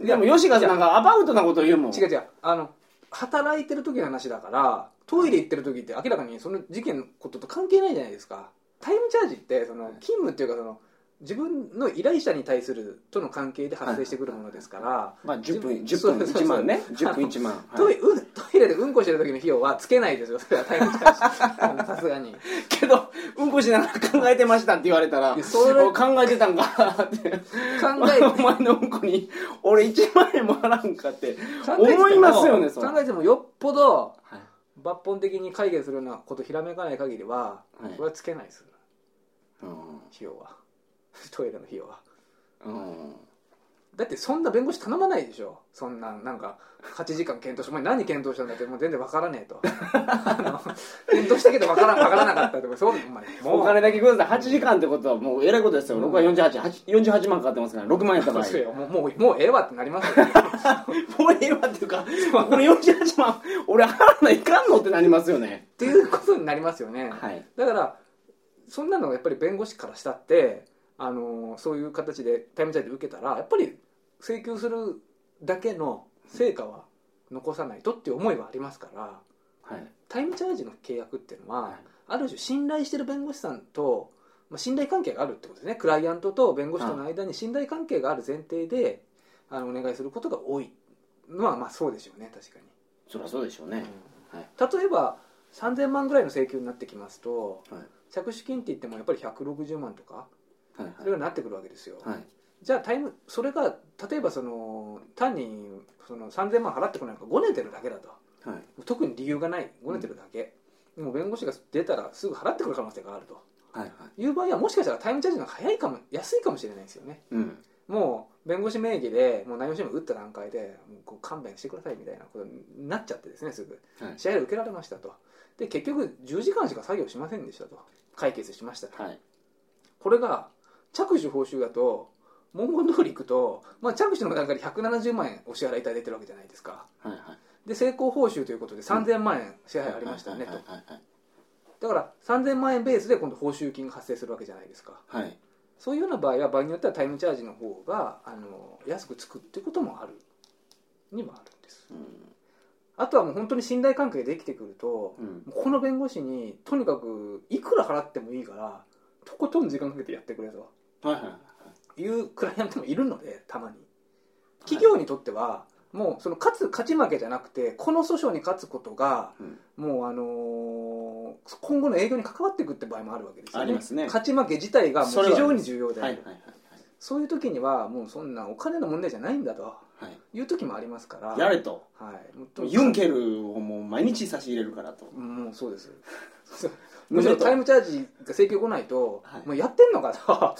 Speaker 3: でも吉川さんなんかアバウトなこと言うもん
Speaker 2: 違う違うあの働いてる時の話だからトイレ行ってる時って明らかにその事件のことと関係ないじゃないですかタイムチャージってその勤務っていうかその自分の依頼者に対するとの関係で発生してくるものですから、
Speaker 3: まあ10分
Speaker 2: じゅ
Speaker 3: 10分1万ね
Speaker 2: そうそうそう
Speaker 3: 10分1万、
Speaker 2: ト
Speaker 3: はい
Speaker 2: イうんトイレでうんこしてる時の費用はつけないですよそれはタイムチャージうんさすがに
Speaker 3: けどうんこしながら考えてましたって言われたら
Speaker 2: いやそれ
Speaker 3: お考えてたんかって
Speaker 2: 考えて
Speaker 3: お前のうんこに俺1万円も払うんかって
Speaker 2: 考えてても
Speaker 3: 思いますよねそれ
Speaker 2: 考えてもよっぽど
Speaker 3: はい
Speaker 2: 抜本的に解決するようなことひらめかない限りは、
Speaker 3: はい
Speaker 2: これはつけないです
Speaker 3: うん
Speaker 2: 費用は トイレの費用は
Speaker 3: うん
Speaker 2: だってそんな弁護士頼まないでしょそんななんか8時間検討してお前何検討したんだってもう全然わからねえとあの検討したけどわからんわからなかったとかそうお前も
Speaker 3: お金だけください8時間ってことはもうえらいことですよ
Speaker 2: うん
Speaker 3: 僕は48八48万かかってますから6万円やった場合
Speaker 2: そうよもうもうもうええわってなりますよ
Speaker 3: もうええわっていうかこれ48万俺払わないかんのってなりますよね
Speaker 2: っていうことになりますよね、
Speaker 3: はい
Speaker 2: だからそんなのがやっぱり弁護士からしたって、あのーそういう形でタイムチャージ受けたらやっぱり請求するだけの成果は残さないとっていう思いはありますから
Speaker 3: はい
Speaker 2: タイムチャージの契約っていうのは、
Speaker 3: はい
Speaker 2: ある種信頼してる弁護士さんと、まあ、信頼関係があるってことですねクライアントと弁護士との間に信頼関係がある前提で、あのお願いすることが多いのはまあそうでしょうね確かに。
Speaker 3: そりゃそうでしょうねはい
Speaker 2: 例えば3000万ぐらいの請求になってきますと
Speaker 3: はい
Speaker 2: 着手金って言ってもやっぱり160万とか
Speaker 3: はい
Speaker 2: それがなってくるわけですよ、
Speaker 3: はい
Speaker 2: じゃあタイムそれが例えばその単にその3000万払ってこないからごねてるだけだと
Speaker 3: はい
Speaker 2: 特に理由がないごねてるだけ、もう弁護士が出たらすぐ払ってくる可能性があると
Speaker 3: はいはい
Speaker 2: いう場合はもしかしたらタイムチャージの方が早いかも安いかもしれないですよね
Speaker 3: うん
Speaker 2: もう弁護士名義でもう内容証明打った段階でもうこう勘弁してくださいみたいなことになっちゃってですねすぐ
Speaker 3: はい
Speaker 2: 試合で受けられましたとで結局10時間しか作業しませんでしたと解決しましたと
Speaker 3: はい
Speaker 2: これが着手報酬だと文言通りいくと、まあ、着手の段階で170万円お支払いいただいてるわけじゃないですか
Speaker 3: はいはい
Speaker 2: で成功報酬ということで3000万円支払いありましたよね
Speaker 3: はい
Speaker 2: と
Speaker 3: はいはい
Speaker 2: だから3000万円ベースで今度報酬金が発生するわけじゃないですか
Speaker 3: はいはい
Speaker 2: そういうような場合は場合によってはタイムチャージの方があの安くつくっていうこともあるにもあるんです
Speaker 3: うん
Speaker 2: あとはもう本当に信頼関係できてくると
Speaker 3: うん
Speaker 2: この弁護士にとにかくいくら払ってもいいからとことん時間かけてやってくれと
Speaker 3: はいはいはい
Speaker 2: いうクライアントもいるのでたまに企業にとってはもうその勝つ勝ち負けじゃなくてこの訴訟に勝つことが
Speaker 3: うん
Speaker 2: もうあのー今後の営業に関わっていくって場合もあるわけですよね
Speaker 3: ありますね
Speaker 2: 勝ち負け自体がも
Speaker 3: そうれは
Speaker 2: 非常に重要で
Speaker 3: はいはいはい
Speaker 2: そういう時にはもうそんなお金の問題じゃないんだと
Speaker 3: はい
Speaker 2: いう時もありますから
Speaker 3: はいやれと
Speaker 2: はい、もうと
Speaker 3: ユンケルをもう毎日差し入れるからと
Speaker 2: もうそう ですそう
Speaker 3: む
Speaker 2: む
Speaker 3: し
Speaker 2: し
Speaker 3: ろ
Speaker 2: ろ
Speaker 3: と
Speaker 2: タイムチャージが請求来ないと、
Speaker 3: はい
Speaker 2: もうやってんのか とあ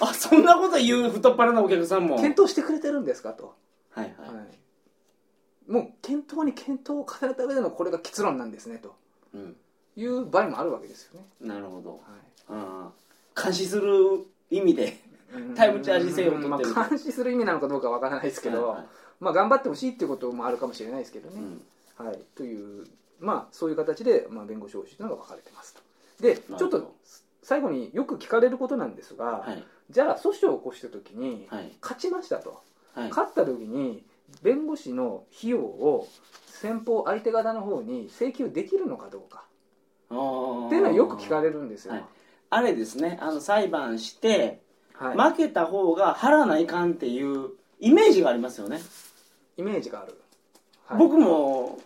Speaker 3: あそんなこと言う太っ腹なお客さんも
Speaker 2: の
Speaker 3: はい
Speaker 2: 検討してくれてるんですかと、
Speaker 3: はい
Speaker 2: はい、もう検討に検討を重ねた上でのこれが結論なんですねと
Speaker 3: うん
Speaker 2: いう場合もあるわけですよね、
Speaker 3: なるほど
Speaker 2: は
Speaker 3: あー監視する意味で
Speaker 2: い、
Speaker 3: タイムチャージ制を取ってる
Speaker 2: まあ、監視する意味なのかどうかわからないですけど、
Speaker 3: はいはい
Speaker 2: まあ、頑張ってほしいっていうこともあるかもしれないですけどね、
Speaker 3: うん
Speaker 2: はい、という、まあ、そういう形で、まあ、弁護士報酬というのが分かれてますとで
Speaker 3: ほど
Speaker 2: ちょっと最後によく聞かれることなんですが、
Speaker 3: はい
Speaker 2: じゃあ訴訟を起こした時に、
Speaker 3: はい
Speaker 2: 勝ちましたと、
Speaker 3: はい
Speaker 2: 勝った時に弁護士の費用を先方相手方の方に請求できるのかどうか
Speaker 3: っ
Speaker 2: っていうのはよく聞かれるんですよ、
Speaker 3: は
Speaker 2: はいい
Speaker 3: あれですねあの裁判して負けた方が払わないかんっていうイメージがありますよね、
Speaker 2: イメージがある、はい
Speaker 3: 僕も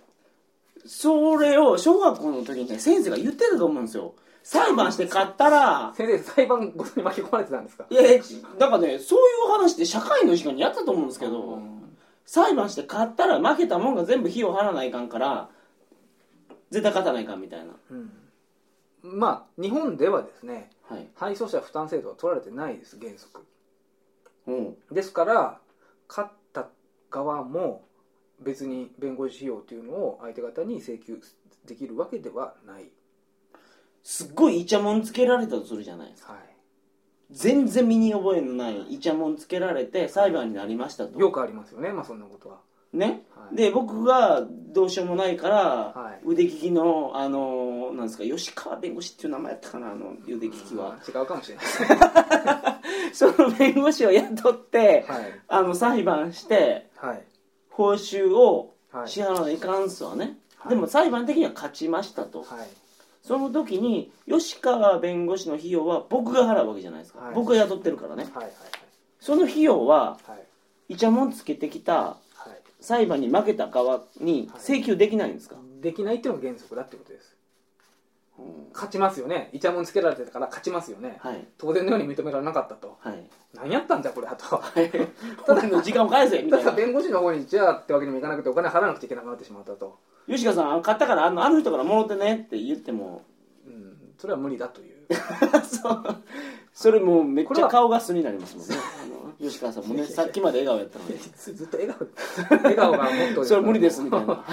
Speaker 3: それを小学校の時にね先生が言ってたと思うんですよ裁判して勝ったら
Speaker 2: 先生裁判ごとに巻き込まれてたんですか
Speaker 3: いやいやだからねそういう話って社会の時間にやったと思うんですけど、
Speaker 2: うん
Speaker 3: 裁判して勝ったら負けたもんが全部費用払わないかんから絶対勝たないかんみたいな
Speaker 2: うんまあ日本ではですね
Speaker 3: はい
Speaker 2: 配送者負担制度は取られてないです原則
Speaker 3: うん
Speaker 2: ですから勝った側も別に弁護士費用というのを相手方に請求できるわけではない、
Speaker 3: すっごいイチャモンつけられたとするじゃないですか
Speaker 2: はい、
Speaker 3: 全然身に覚えのないイチャモンつけられて裁判になりましたと
Speaker 2: よくありますよね、まあ、そんなことは、
Speaker 3: ね
Speaker 2: はい、
Speaker 3: で僕がどうしようもないから、
Speaker 2: はい
Speaker 3: 腕利きのあのなんですか吉川弁護士っていう名前やったかなあの腕利きは、
Speaker 2: 違うかもしれないです、
Speaker 3: その弁護士を雇って、
Speaker 2: はい
Speaker 3: あの裁判して
Speaker 2: はい
Speaker 3: 報酬を
Speaker 2: はい
Speaker 3: 支払わないかんっすわね、
Speaker 2: はい
Speaker 3: でも裁判的には勝ちましたと、
Speaker 2: はい
Speaker 3: その時に吉川弁護士の費用は僕が払うわけじゃないですか、
Speaker 2: はい
Speaker 3: 僕が雇ってるからね
Speaker 2: はいはい
Speaker 3: その費用は
Speaker 2: はい
Speaker 3: イチャモンつけてきた
Speaker 2: はい
Speaker 3: 裁判に負けた側に請求できないんですか、
Speaker 2: できないっていうのが原則だってことです勝ちますよねイチャモンつけられてたから勝ちますよね、
Speaker 3: はい
Speaker 2: 当然のように認められなかったと
Speaker 3: はい
Speaker 2: 何やったんだこれはと
Speaker 3: ただの時間を返せみ
Speaker 2: た
Speaker 3: た い
Speaker 2: だ
Speaker 3: な
Speaker 2: 弁護士の方にじゃあってわけにもいかなくてお金払わなくちゃいけなくなってしまったと、
Speaker 3: 吉川さん買ったからあのあの人からもろてねって言っても
Speaker 2: うん、それは無理だという
Speaker 3: そうそれもうめっ
Speaker 2: こ
Speaker 3: ち
Speaker 2: れ
Speaker 3: ゃ
Speaker 2: は
Speaker 3: 顔が素になりますもんねあの吉川さんもねさっきまで笑顔やったのに
Speaker 2: ずっと笑顔笑顔がもっと
Speaker 3: それは無理ですみたいな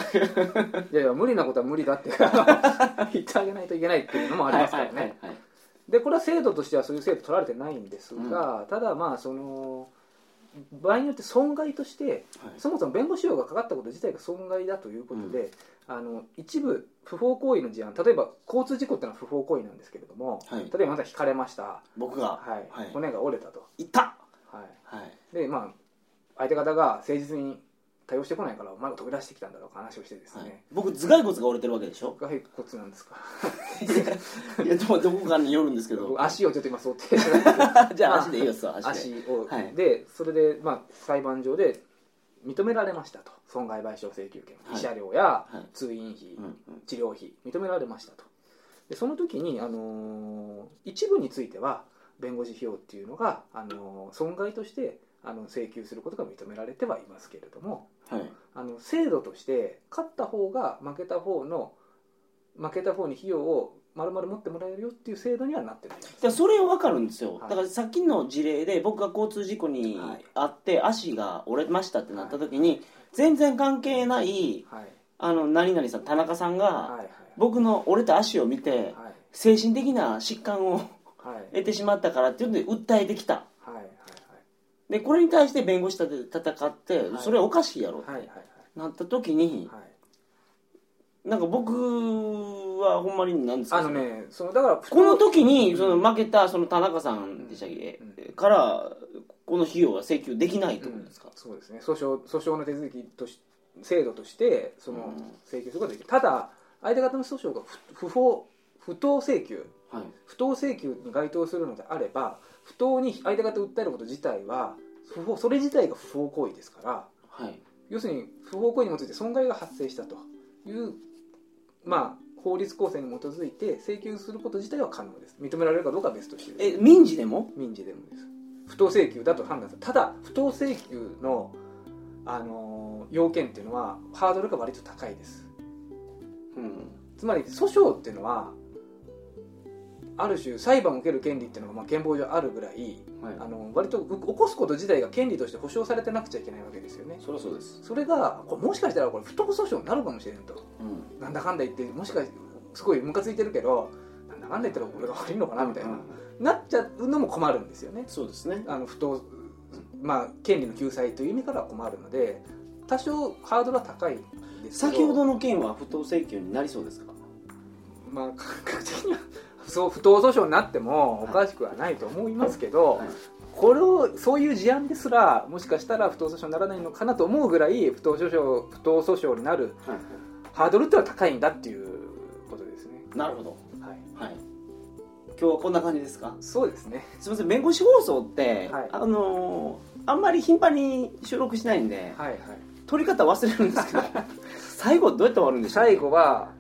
Speaker 2: いやいや無理なことは無理だって 言ってあげないといけないっていうのもありますからね、
Speaker 3: はいはいはい
Speaker 2: でこれは制度としてはそういう制度取られてないんですが、ただまあその場合によって損害として
Speaker 3: はい
Speaker 2: そもそも弁護士費用がかかったこと自体が損害だということで、あの一部不法行為の事案例えば交通事故ってのは不法行為なんですけれども、
Speaker 3: はい
Speaker 2: 例えばまたひかれました、
Speaker 3: 僕が
Speaker 2: はい
Speaker 3: は
Speaker 2: 骨が折れたと、
Speaker 3: いいた
Speaker 2: は
Speaker 3: はい
Speaker 2: い、でまあ相手方が誠実に対応してこないからお前が飛び出してきたんだろうか話をしてです
Speaker 3: はい
Speaker 2: ね、
Speaker 3: 僕頭蓋骨が折れてるわけでしょ
Speaker 2: がこっちなんですか
Speaker 3: いやでもどこかによるんですけど
Speaker 2: 足をちょっと今想定してない
Speaker 3: じゃあ足でいいよそう足
Speaker 2: 足
Speaker 3: で
Speaker 2: を、
Speaker 3: はい
Speaker 2: でそれで、まあ、裁判上で認められましたと損害賠償請求権
Speaker 3: はい
Speaker 2: 慰謝料や
Speaker 3: はい
Speaker 2: 通院費、
Speaker 3: うんうん
Speaker 2: 治療費認められましたとでその時に、あのー一部については弁護士費用っていうのが、あのー損害としてあの請求することが認められてはいますけれども
Speaker 3: はい
Speaker 2: あの制度として勝った方が負けた方の負けた方に費用を丸々持ってもらえるよっていう制度にはなってないんです
Speaker 3: だからそれは分かるんですよ、
Speaker 2: はい
Speaker 3: だからさっきの事例で僕が交通事故に
Speaker 2: はい
Speaker 3: あって足が折れましたってなった時に全然関係ない
Speaker 2: はい
Speaker 3: あの何々さん田中さん
Speaker 2: は
Speaker 3: が
Speaker 2: い
Speaker 3: 僕の折れた足を見て
Speaker 2: はい
Speaker 3: 精神的な疾患を
Speaker 2: はいはい
Speaker 3: 得てしまったからっていうんで訴えてきた
Speaker 2: はいはい
Speaker 3: でこれに対して弁護士立てて戦って、
Speaker 2: はい
Speaker 3: それはおかしいやろって
Speaker 2: はいはいはい
Speaker 3: なった時に、
Speaker 2: はい
Speaker 3: なんか僕はほんまになんですか
Speaker 2: あのねそのだから
Speaker 3: この時にその負けたその田中さんでしたっけ、からこの費用は請求できないってことですか、
Speaker 2: そうですね訴訟訴訟の手続きとし制度としてその
Speaker 3: うん
Speaker 2: 請求することができるただ相手方の訴訟が不不法不当請求
Speaker 3: はい
Speaker 2: 不当請求に該当するのであれば不当に相手方を訴えること自体は不法それ自体が不法行為ですから
Speaker 3: はい
Speaker 2: 要するに不法行為に基づいて損害が発生したという、まあ、法律構成に基づいて請求すること自体は可能です認められるかどうかは別としてです
Speaker 3: え民事でも
Speaker 2: 民事でもです不当請求だと判断するただ不当請求の、あのー要件っていうのはハードルが割と高いです
Speaker 3: うん
Speaker 2: つまり訴訟っていうのはある種裁判を受ける権利っていうのがまあ憲法上あるぐらい
Speaker 3: はい
Speaker 2: あの割とう起こすこと自体が権利として保障されてなくちゃいけないわけですよね
Speaker 3: そりゃそうです
Speaker 2: それがこれもしかしたらこれ不当訴訟になるかもしれんと
Speaker 3: うん
Speaker 2: なんだかんだ言ってもしかしてすごいムカついてるけどなんだかんだ言ったら俺が悪いのかなみたいな、なっちゃうのも困るんですよね
Speaker 3: そうですね
Speaker 2: あの不当、まあ、権利の救済という意味からは困るので多少ハードルは高いんですけ
Speaker 3: 先ほどの件は不当請求になりそうですか
Speaker 2: まあ、 感覚的にはそう不当訴訟になってもおかしくはないと思いますけど、
Speaker 3: はい
Speaker 2: これをそういう事案ですらもしかしたら不当訴訟にならないのかなと思うぐらい不当訴訟不当訴訟になる
Speaker 3: はい
Speaker 2: ハードルってのは高いんだっていうことですね、
Speaker 3: なるほど
Speaker 2: はい、
Speaker 3: はい今日はこんな感じですか
Speaker 2: そうですね
Speaker 3: すみません弁護士放送って、
Speaker 2: はい
Speaker 3: あのーあんまり頻繁に収録しないんで、
Speaker 2: はいはい
Speaker 3: 撮り方忘れ るんですけど最後どうやって終わるんでしょう
Speaker 2: 最後は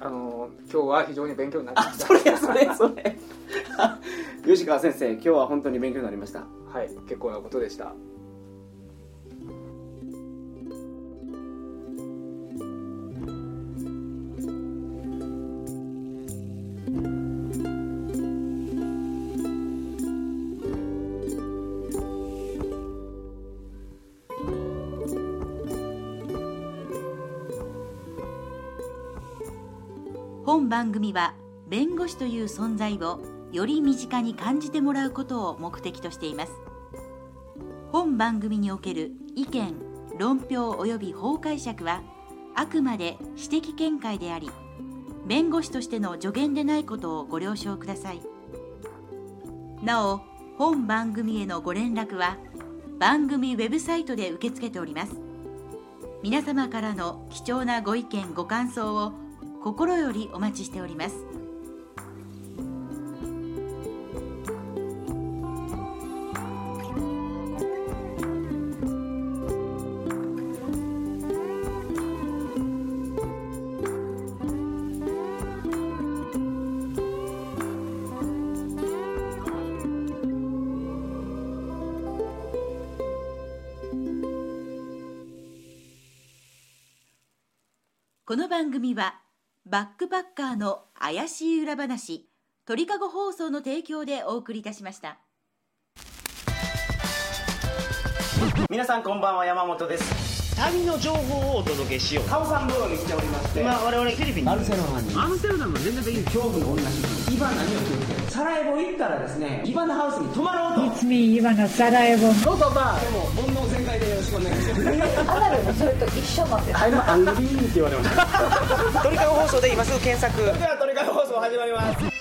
Speaker 2: あの今日は非常に勉強になりま
Speaker 3: あ
Speaker 2: した
Speaker 3: それやそれそれ 吉川先生今日は本当に勉強になりました
Speaker 2: はい結構なことでした
Speaker 1: 本番組は弁護士という存在をより身近に感じてもらうことを目的としています本番組における意見論評及び法解釈はあくまで私的見解であり弁護士としての助言でないことをご了承くださいなお本番組へのご連絡は番組ウェブサイトで受け付けております皆様からの貴重なご意見ご感想を心よりお待ちしておりますこの番組はバックパッカーの怪しい裏話鳥かご放送の提供でお送りいたしました。
Speaker 3: 皆さんこんばんは山本です
Speaker 4: 旅の情報をお届けしよう
Speaker 3: カオさんブログに来ておりまして
Speaker 4: 今我々フィリピンに
Speaker 3: ルセロナにアルセロナも全然できる恐怖の女主人イバナには気をつけてサラエボ行ったらですねイバナハウスに泊まろうと
Speaker 5: It's me, Ivana Sarajevo.
Speaker 3: でも煩悩全開でよろしくお願いします
Speaker 4: 鳥かご放送で今すぐ検索
Speaker 3: ではトリカゴ放送始まります